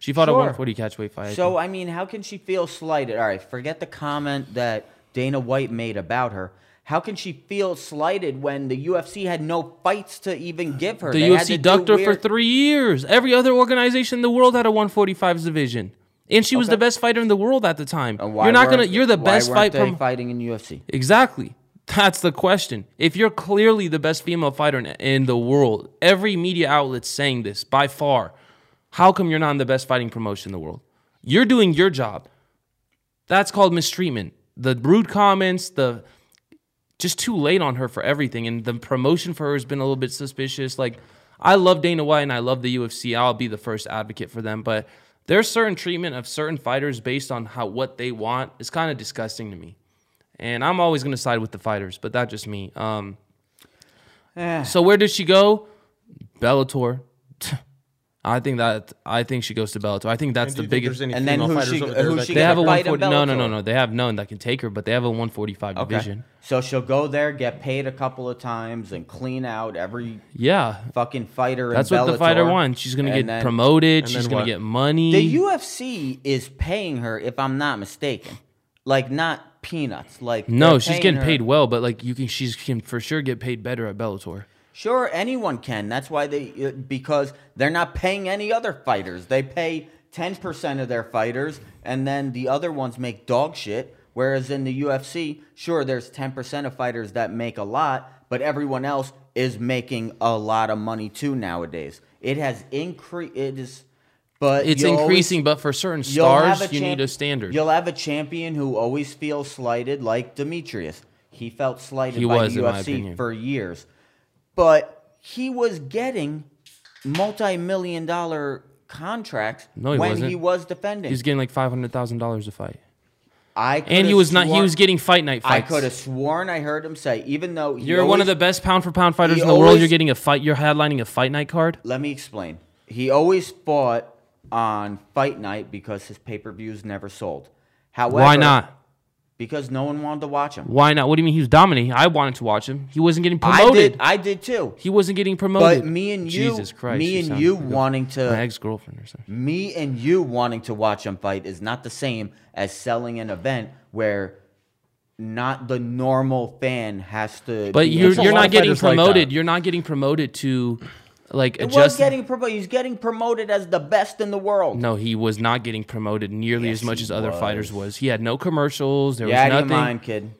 S1: She fought a
S2: Sure.
S1: 140 catchweight fight. I
S2: So I mean, how can she feel slighted? All right, forget the comment that Dana White made about her. How can she feel slighted when the UFC had no fights to even give her?
S1: think.
S2: They
S1: the
S2: had to
S1: UFC
S2: do
S1: ducked her for
S2: weird-
S1: three years. Every other organization in the world had a 145s division, and she was the best fighter in the world at the time.
S2: And why
S1: You're not gonna.
S2: weren't-
S1: You're the
S2: why
S1: best
S2: weren't
S1: fight
S2: they
S1: from
S2: fighting in UFC.
S1: Exactly. That's the question. If you're clearly the best female fighter in, in the world, every media outlet's saying this by far. How come you're not in the best fighting promotion in the world? You're doing your job. That's called mistreatment. The rude comments, the just too late on her for everything, and the promotion for her has been a little bit suspicious. Like, I love Dana White and I love the UFC. I'll be the first advocate for them, but there's certain treatment of certain fighters based on how what they want is kind of disgusting to me and I'm always gonna side with the fighters, but that's just me. Um, so where does she go? Bellator. I think that I think she goes to Bellator. I think that's
S3: Do
S1: the
S3: you think
S1: biggest.
S3: there's any
S2: And then
S3: female
S2: who
S3: fighters
S2: she-
S3: over there
S2: who
S3: that
S2: she
S3: could
S1: they have a
S2: gonna fight in
S1: 140. No, no, no,
S2: Bellator?
S1: no. They have none that can take her, but they have a 145 division.
S2: So she'll go there, get paid a couple of times, and clean out every
S1: Yeah,
S2: fucking fighter.
S1: that's
S2: in
S1: what the fighter
S2: Bellator.
S1: wants. She's gonna
S2: And
S1: get
S2: then
S1: promoted.
S3: and
S1: She's
S3: then
S1: gonna
S3: what?
S1: get money.
S2: The UFC is paying her, if I'm not mistaken, like not peanuts. Like
S1: no,
S2: they're
S1: she's
S2: paying
S1: getting
S2: her-
S1: paid well, but like you can, she's can for sure get paid better at Bellator.
S2: Sure, anyone can. That's why they uh, because they're not paying any other fighters. They pay ten percent of their fighters, and then the other ones make dog shit. Whereas in the UFC, sure, there's ten percent of fighters that make a lot, but everyone else is making a lot of money too nowadays. It has increased. It is, but
S1: It's
S2: you always-
S1: increasing, but for certain
S2: you'll have
S1: stars,
S2: a
S1: you
S2: champ-
S1: need a standard.
S2: You'll have a champion who always feels slighted, like Demetrius. He felt slighted
S1: He
S2: by
S1: was,
S2: the
S1: in my
S2: UFC
S1: opinion.
S2: for years, but he was getting multi-million dollar contracts
S1: No, he
S2: when
S1: wasn't.
S2: he was defending.
S1: He's getting like five hundred thousand dollars a fight.
S2: I
S1: And he
S2: could've
S1: was not. He
S2: swor-
S1: was getting fight night
S2: I
S1: fights.
S2: could have sworn I heard him say, even though he
S1: You're one of
S2: always-
S1: the best pound for pound fighters
S2: he
S1: in the world. You're
S2: always-
S1: getting a fight. You're headlining a fight night card.
S2: Let me explain. He always fought on fight night because his pay-per-views never sold. However,
S1: Why not?
S2: Because no one wanted to watch him.
S1: Why not? What do you mean he was dominating? I wanted to watch him. He wasn't getting
S2: I
S1: promoted.
S2: did. I did too.
S1: He wasn't getting promoted.
S2: But me and you,
S1: Jesus Christ,
S2: me and
S1: sound
S2: you
S1: like a-
S2: wanting
S1: my
S2: to,
S1: ex girlfriend or something.
S2: me and you wanting to watch him fight is not the same as selling an event where not the normal fan has to.
S1: But
S2: be
S1: you're
S2: interested.
S1: you're
S3: lot
S1: not
S3: of
S1: getting
S3: fighters like that.
S1: promoted. you're not getting promoted to like
S2: He was
S1: adjust.
S2: getting promoted. He's getting promoted as the best in the world.
S1: no, he was not getting promoted nearly
S2: Yes,
S1: as much
S2: he
S1: as other fighters was. He had no commercials. There
S2: yeah, out
S1: was
S2: of
S1: nothing.
S2: your mind, kid.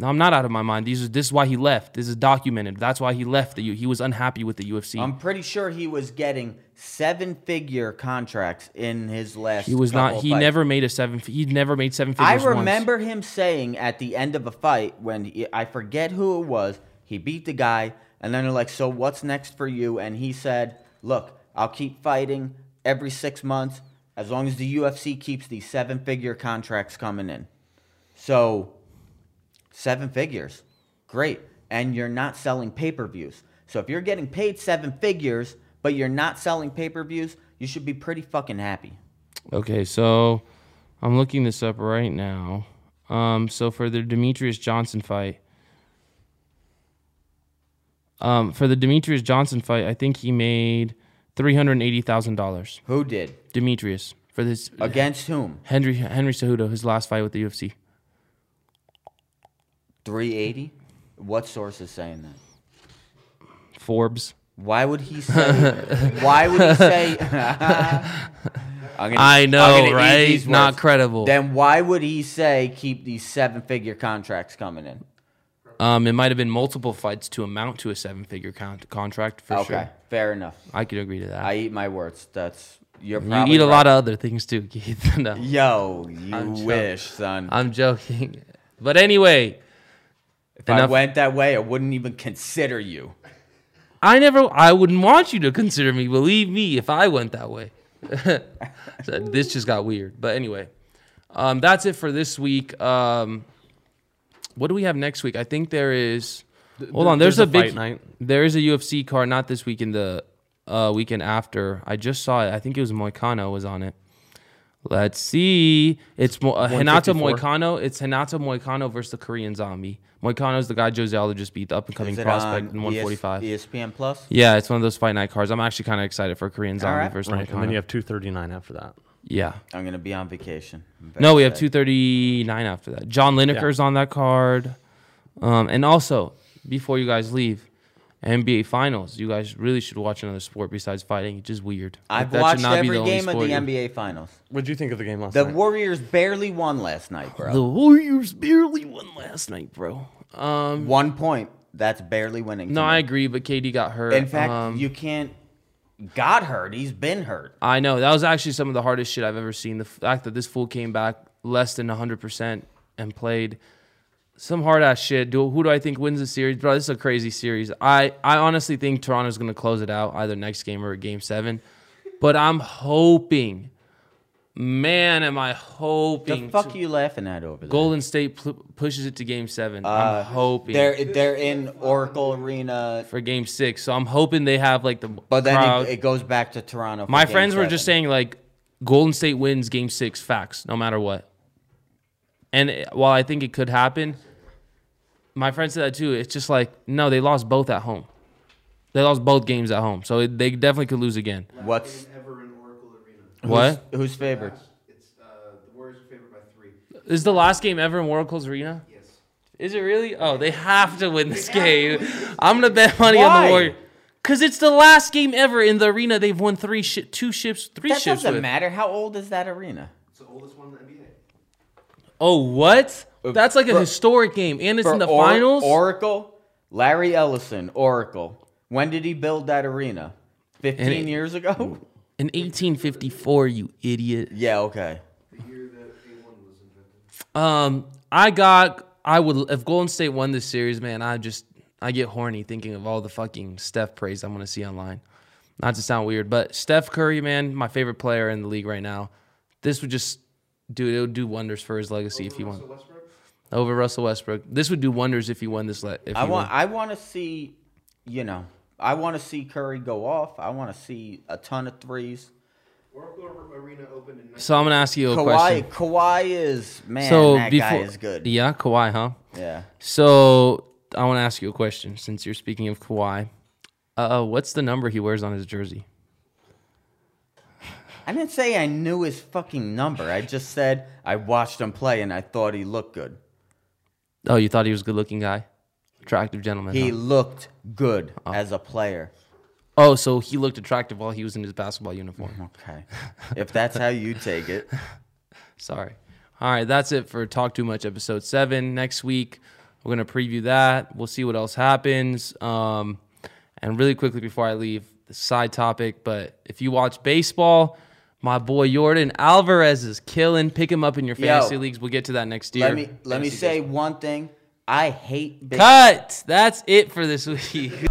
S1: No, I'm not out of my mind. These is this is why he left. This is documented. That's why he left. The U- he was unhappy with the UFC.
S2: I'm pretty sure he was getting seven-figure contracts in his last.
S1: He was not.
S2: couple
S1: He
S2: fights.
S1: never made a seven. He never made seven
S2: Oh, I
S1: figures. once.
S2: remember him saying at the end of a fight when he, I forget who it was, he beat the guy, and then they're like, "So what's next for you?" And he said, "Look, I'll keep fighting every six months as long as the UFC keeps these seven-figure contracts coming in." So, seven figures, great, and you're not selling pay-per-views. So if you're getting paid seven figures, but you're not selling pay-per-views, you should be pretty fucking happy.
S1: Okay, so I'm looking this up right now. Um, so for the Demetrius Johnson fight, um, for the Demetrius Johnson fight, I think he made three hundred eighty thousand dollars.
S2: Who did?
S1: Demetrius for this
S2: Against whom?
S1: Henry Henry Cejudo, his last fight with the UFC.
S2: 380? What source is saying that?
S1: Forbes.
S2: Why would he say? why would he say? I'm gonna-
S1: I
S2: I'm
S1: know,
S2: gonna eat
S1: right?
S2: these
S1: Not
S2: words.
S1: credible.
S2: Then why would he say keep these seven-figure contracts coming in?
S1: Um, it might have been multiple fights to amount to a seven-figure con- contract for
S2: okay,
S1: sure.
S2: fair enough.
S1: I could agree to that.
S2: I eat my words. That's you're
S1: you
S2: probably
S1: eat a
S2: right.
S1: lot of other things too, Keith. No,
S2: Yo, you
S1: I'm joking.
S2: wish, son.
S1: I'm joking. But anyway,
S2: if I
S1: enough-
S2: went that way, I wouldn't even consider you.
S1: I never. I wouldn't want you to consider me. Believe me, if I went that way. So this just got weird. But anyway, um, that's it for this week. Um, what do we have next week? I think there is. Hold on. There's,
S3: there's
S1: a
S3: a
S1: big
S3: fight night.
S1: There is a UFC card. Not this weekend. The uh, weekend after. I just saw it. I think it was Moicano was on it. Let's see. It's Mo- uh, Hinata
S3: 154.
S1: Moicano. It's Hinata Moicano versus the Korean Zombie. Moicano's the guy Jose just beat, the up and coming
S2: Is it
S1: prospect
S2: on E
S1: in 145.
S2: ES- ESPN Plus.
S1: Yeah, it's one of those fight night cards. I'm actually kind of excited for Korean Zombie
S2: right.
S1: versus
S3: Right,
S1: Moicano.
S3: and then you have 239 after that.
S1: yeah.
S2: I'm gonna be on vacation. I'm
S1: No, we
S2: very
S1: have
S2: excited.
S1: 239 after that. John Lineker's on that card. Um, and also, before you guys leave, NBA Finals. You guys really should watch another sport besides fighting. It's just weird. Like,
S2: I've
S1: that should
S2: watched
S1: not be
S2: every
S1: the only
S2: game of
S1: sport
S2: the
S1: you-
S2: NBA Finals.
S3: What did you think of the game last
S2: The
S3: night?
S2: Warriors barely won last night, bro.
S1: The Warriors barely won last night, bro. Um,
S2: One point. That's barely winning.
S1: no,
S2: to
S1: I
S2: me.
S1: agree, but KD got hurt.
S2: In fact,
S1: Um,
S2: you can't. Got hurt. He's been hurt.
S1: I know that was actually some of the hardest shit I've ever seen. The fact that this fool came back less than 100% and played some hard ass shit. Do, who do I think wins the series, bro? This is a crazy series. I, I honestly think Toronto's gonna close it out either next game or game seven, but I'm hoping, man, am I hoping
S2: The fuck you laughing at over there?
S1: Golden State pl- pushes it to game seven.
S2: Uh,
S1: I'm hoping
S2: They're they're in Oracle Arena,
S1: for game six, so I'm hoping they have like the
S2: but then
S1: crowd.
S2: it, it goes back to Toronto. for
S1: My
S2: game
S1: friends were just
S2: seven.
S1: saying like Golden State wins game six, facts, no matter what. And it- while I think it could happen, my friends said that too. It's just like, no, they lost both at home. They lost both games at home. So it, they definitely could lose again.
S2: what's
S4: ever in Oracle Arena.
S1: What?
S2: who's, who's favored?
S4: It's uh, the Warriors are favored by three.
S1: Is the last game ever in Oracle's Arena?
S4: Yes.
S1: Is it really? Oh, they have to win this game. I'm going to bet money on
S2: Why?
S1: the Warriors. Because it's the last game ever in the arena. They've won three shi two ships, three
S2: That
S1: ships.
S2: doesn't
S1: with.
S2: matter. How old is that arena?
S4: It's the oldest one in the NBA.
S1: Oh, what? That's like a
S2: for-
S1: historic game, and it's
S2: For
S1: in the
S2: Or-
S1: finals.
S2: Oracle, Larry Ellison, Oracle. When did he build that arena? Fifteen
S1: it-
S2: years ago.
S1: In 1854, you idiot.
S2: Yeah. Okay.
S4: The year that A1 was invented.
S1: Um, I got. I would if Golden State won this series, man. I just I get horny thinking of all the fucking Steph praise I'm gonna see online. Not to sound weird, but Steph Curry, man, my favorite player in the league right now. This would just, dude, it would do wonders for his legacy if he won
S4: So Westbrook?
S1: over Russell Westbrook. This would do wonders if he won this. Le- if
S2: I
S1: he
S2: want.
S1: won.
S2: I want to see. You know. I want to see Curry go off. I want to see a ton of threes.
S4: Oracle Ar- Arena opened in 19-
S1: So I'm gonna ask you a
S2: Kawhi.
S1: question.
S2: Kawhi is man.
S1: so
S2: that
S1: before,
S2: guy is good.
S1: Yeah, Kawhi, huh?
S2: Yeah.
S1: So I want to ask you a question since you're speaking of Kawhi. Uh, what's the number he wears on his jersey?
S2: I didn't say I knew his fucking number. I just said I watched him play and I thought he looked good.
S1: Oh, you thought he was a good-looking guy, attractive gentleman.
S2: He
S1: huh?
S2: looked good
S1: Uh-huh.
S2: as a player.
S1: Oh, so he looked attractive while he was in his basketball
S2: Mm-hmm.
S1: uniform.
S2: Okay. if that's how you take it.
S1: Sorry. All right, that's it for Talk Too Much episode seven. Next week, we're gonna preview that. We'll see what else happens. Um, and really quickly before I leave, the side topic, but if you watch baseball, my boy Jordan Alvarez is killing. Pick him up in your fantasy leagues. We'll get to that next year.
S2: Let me let me
S1: Fantasy
S2: say one thing. I hate big
S1: Cut. That's it for this week.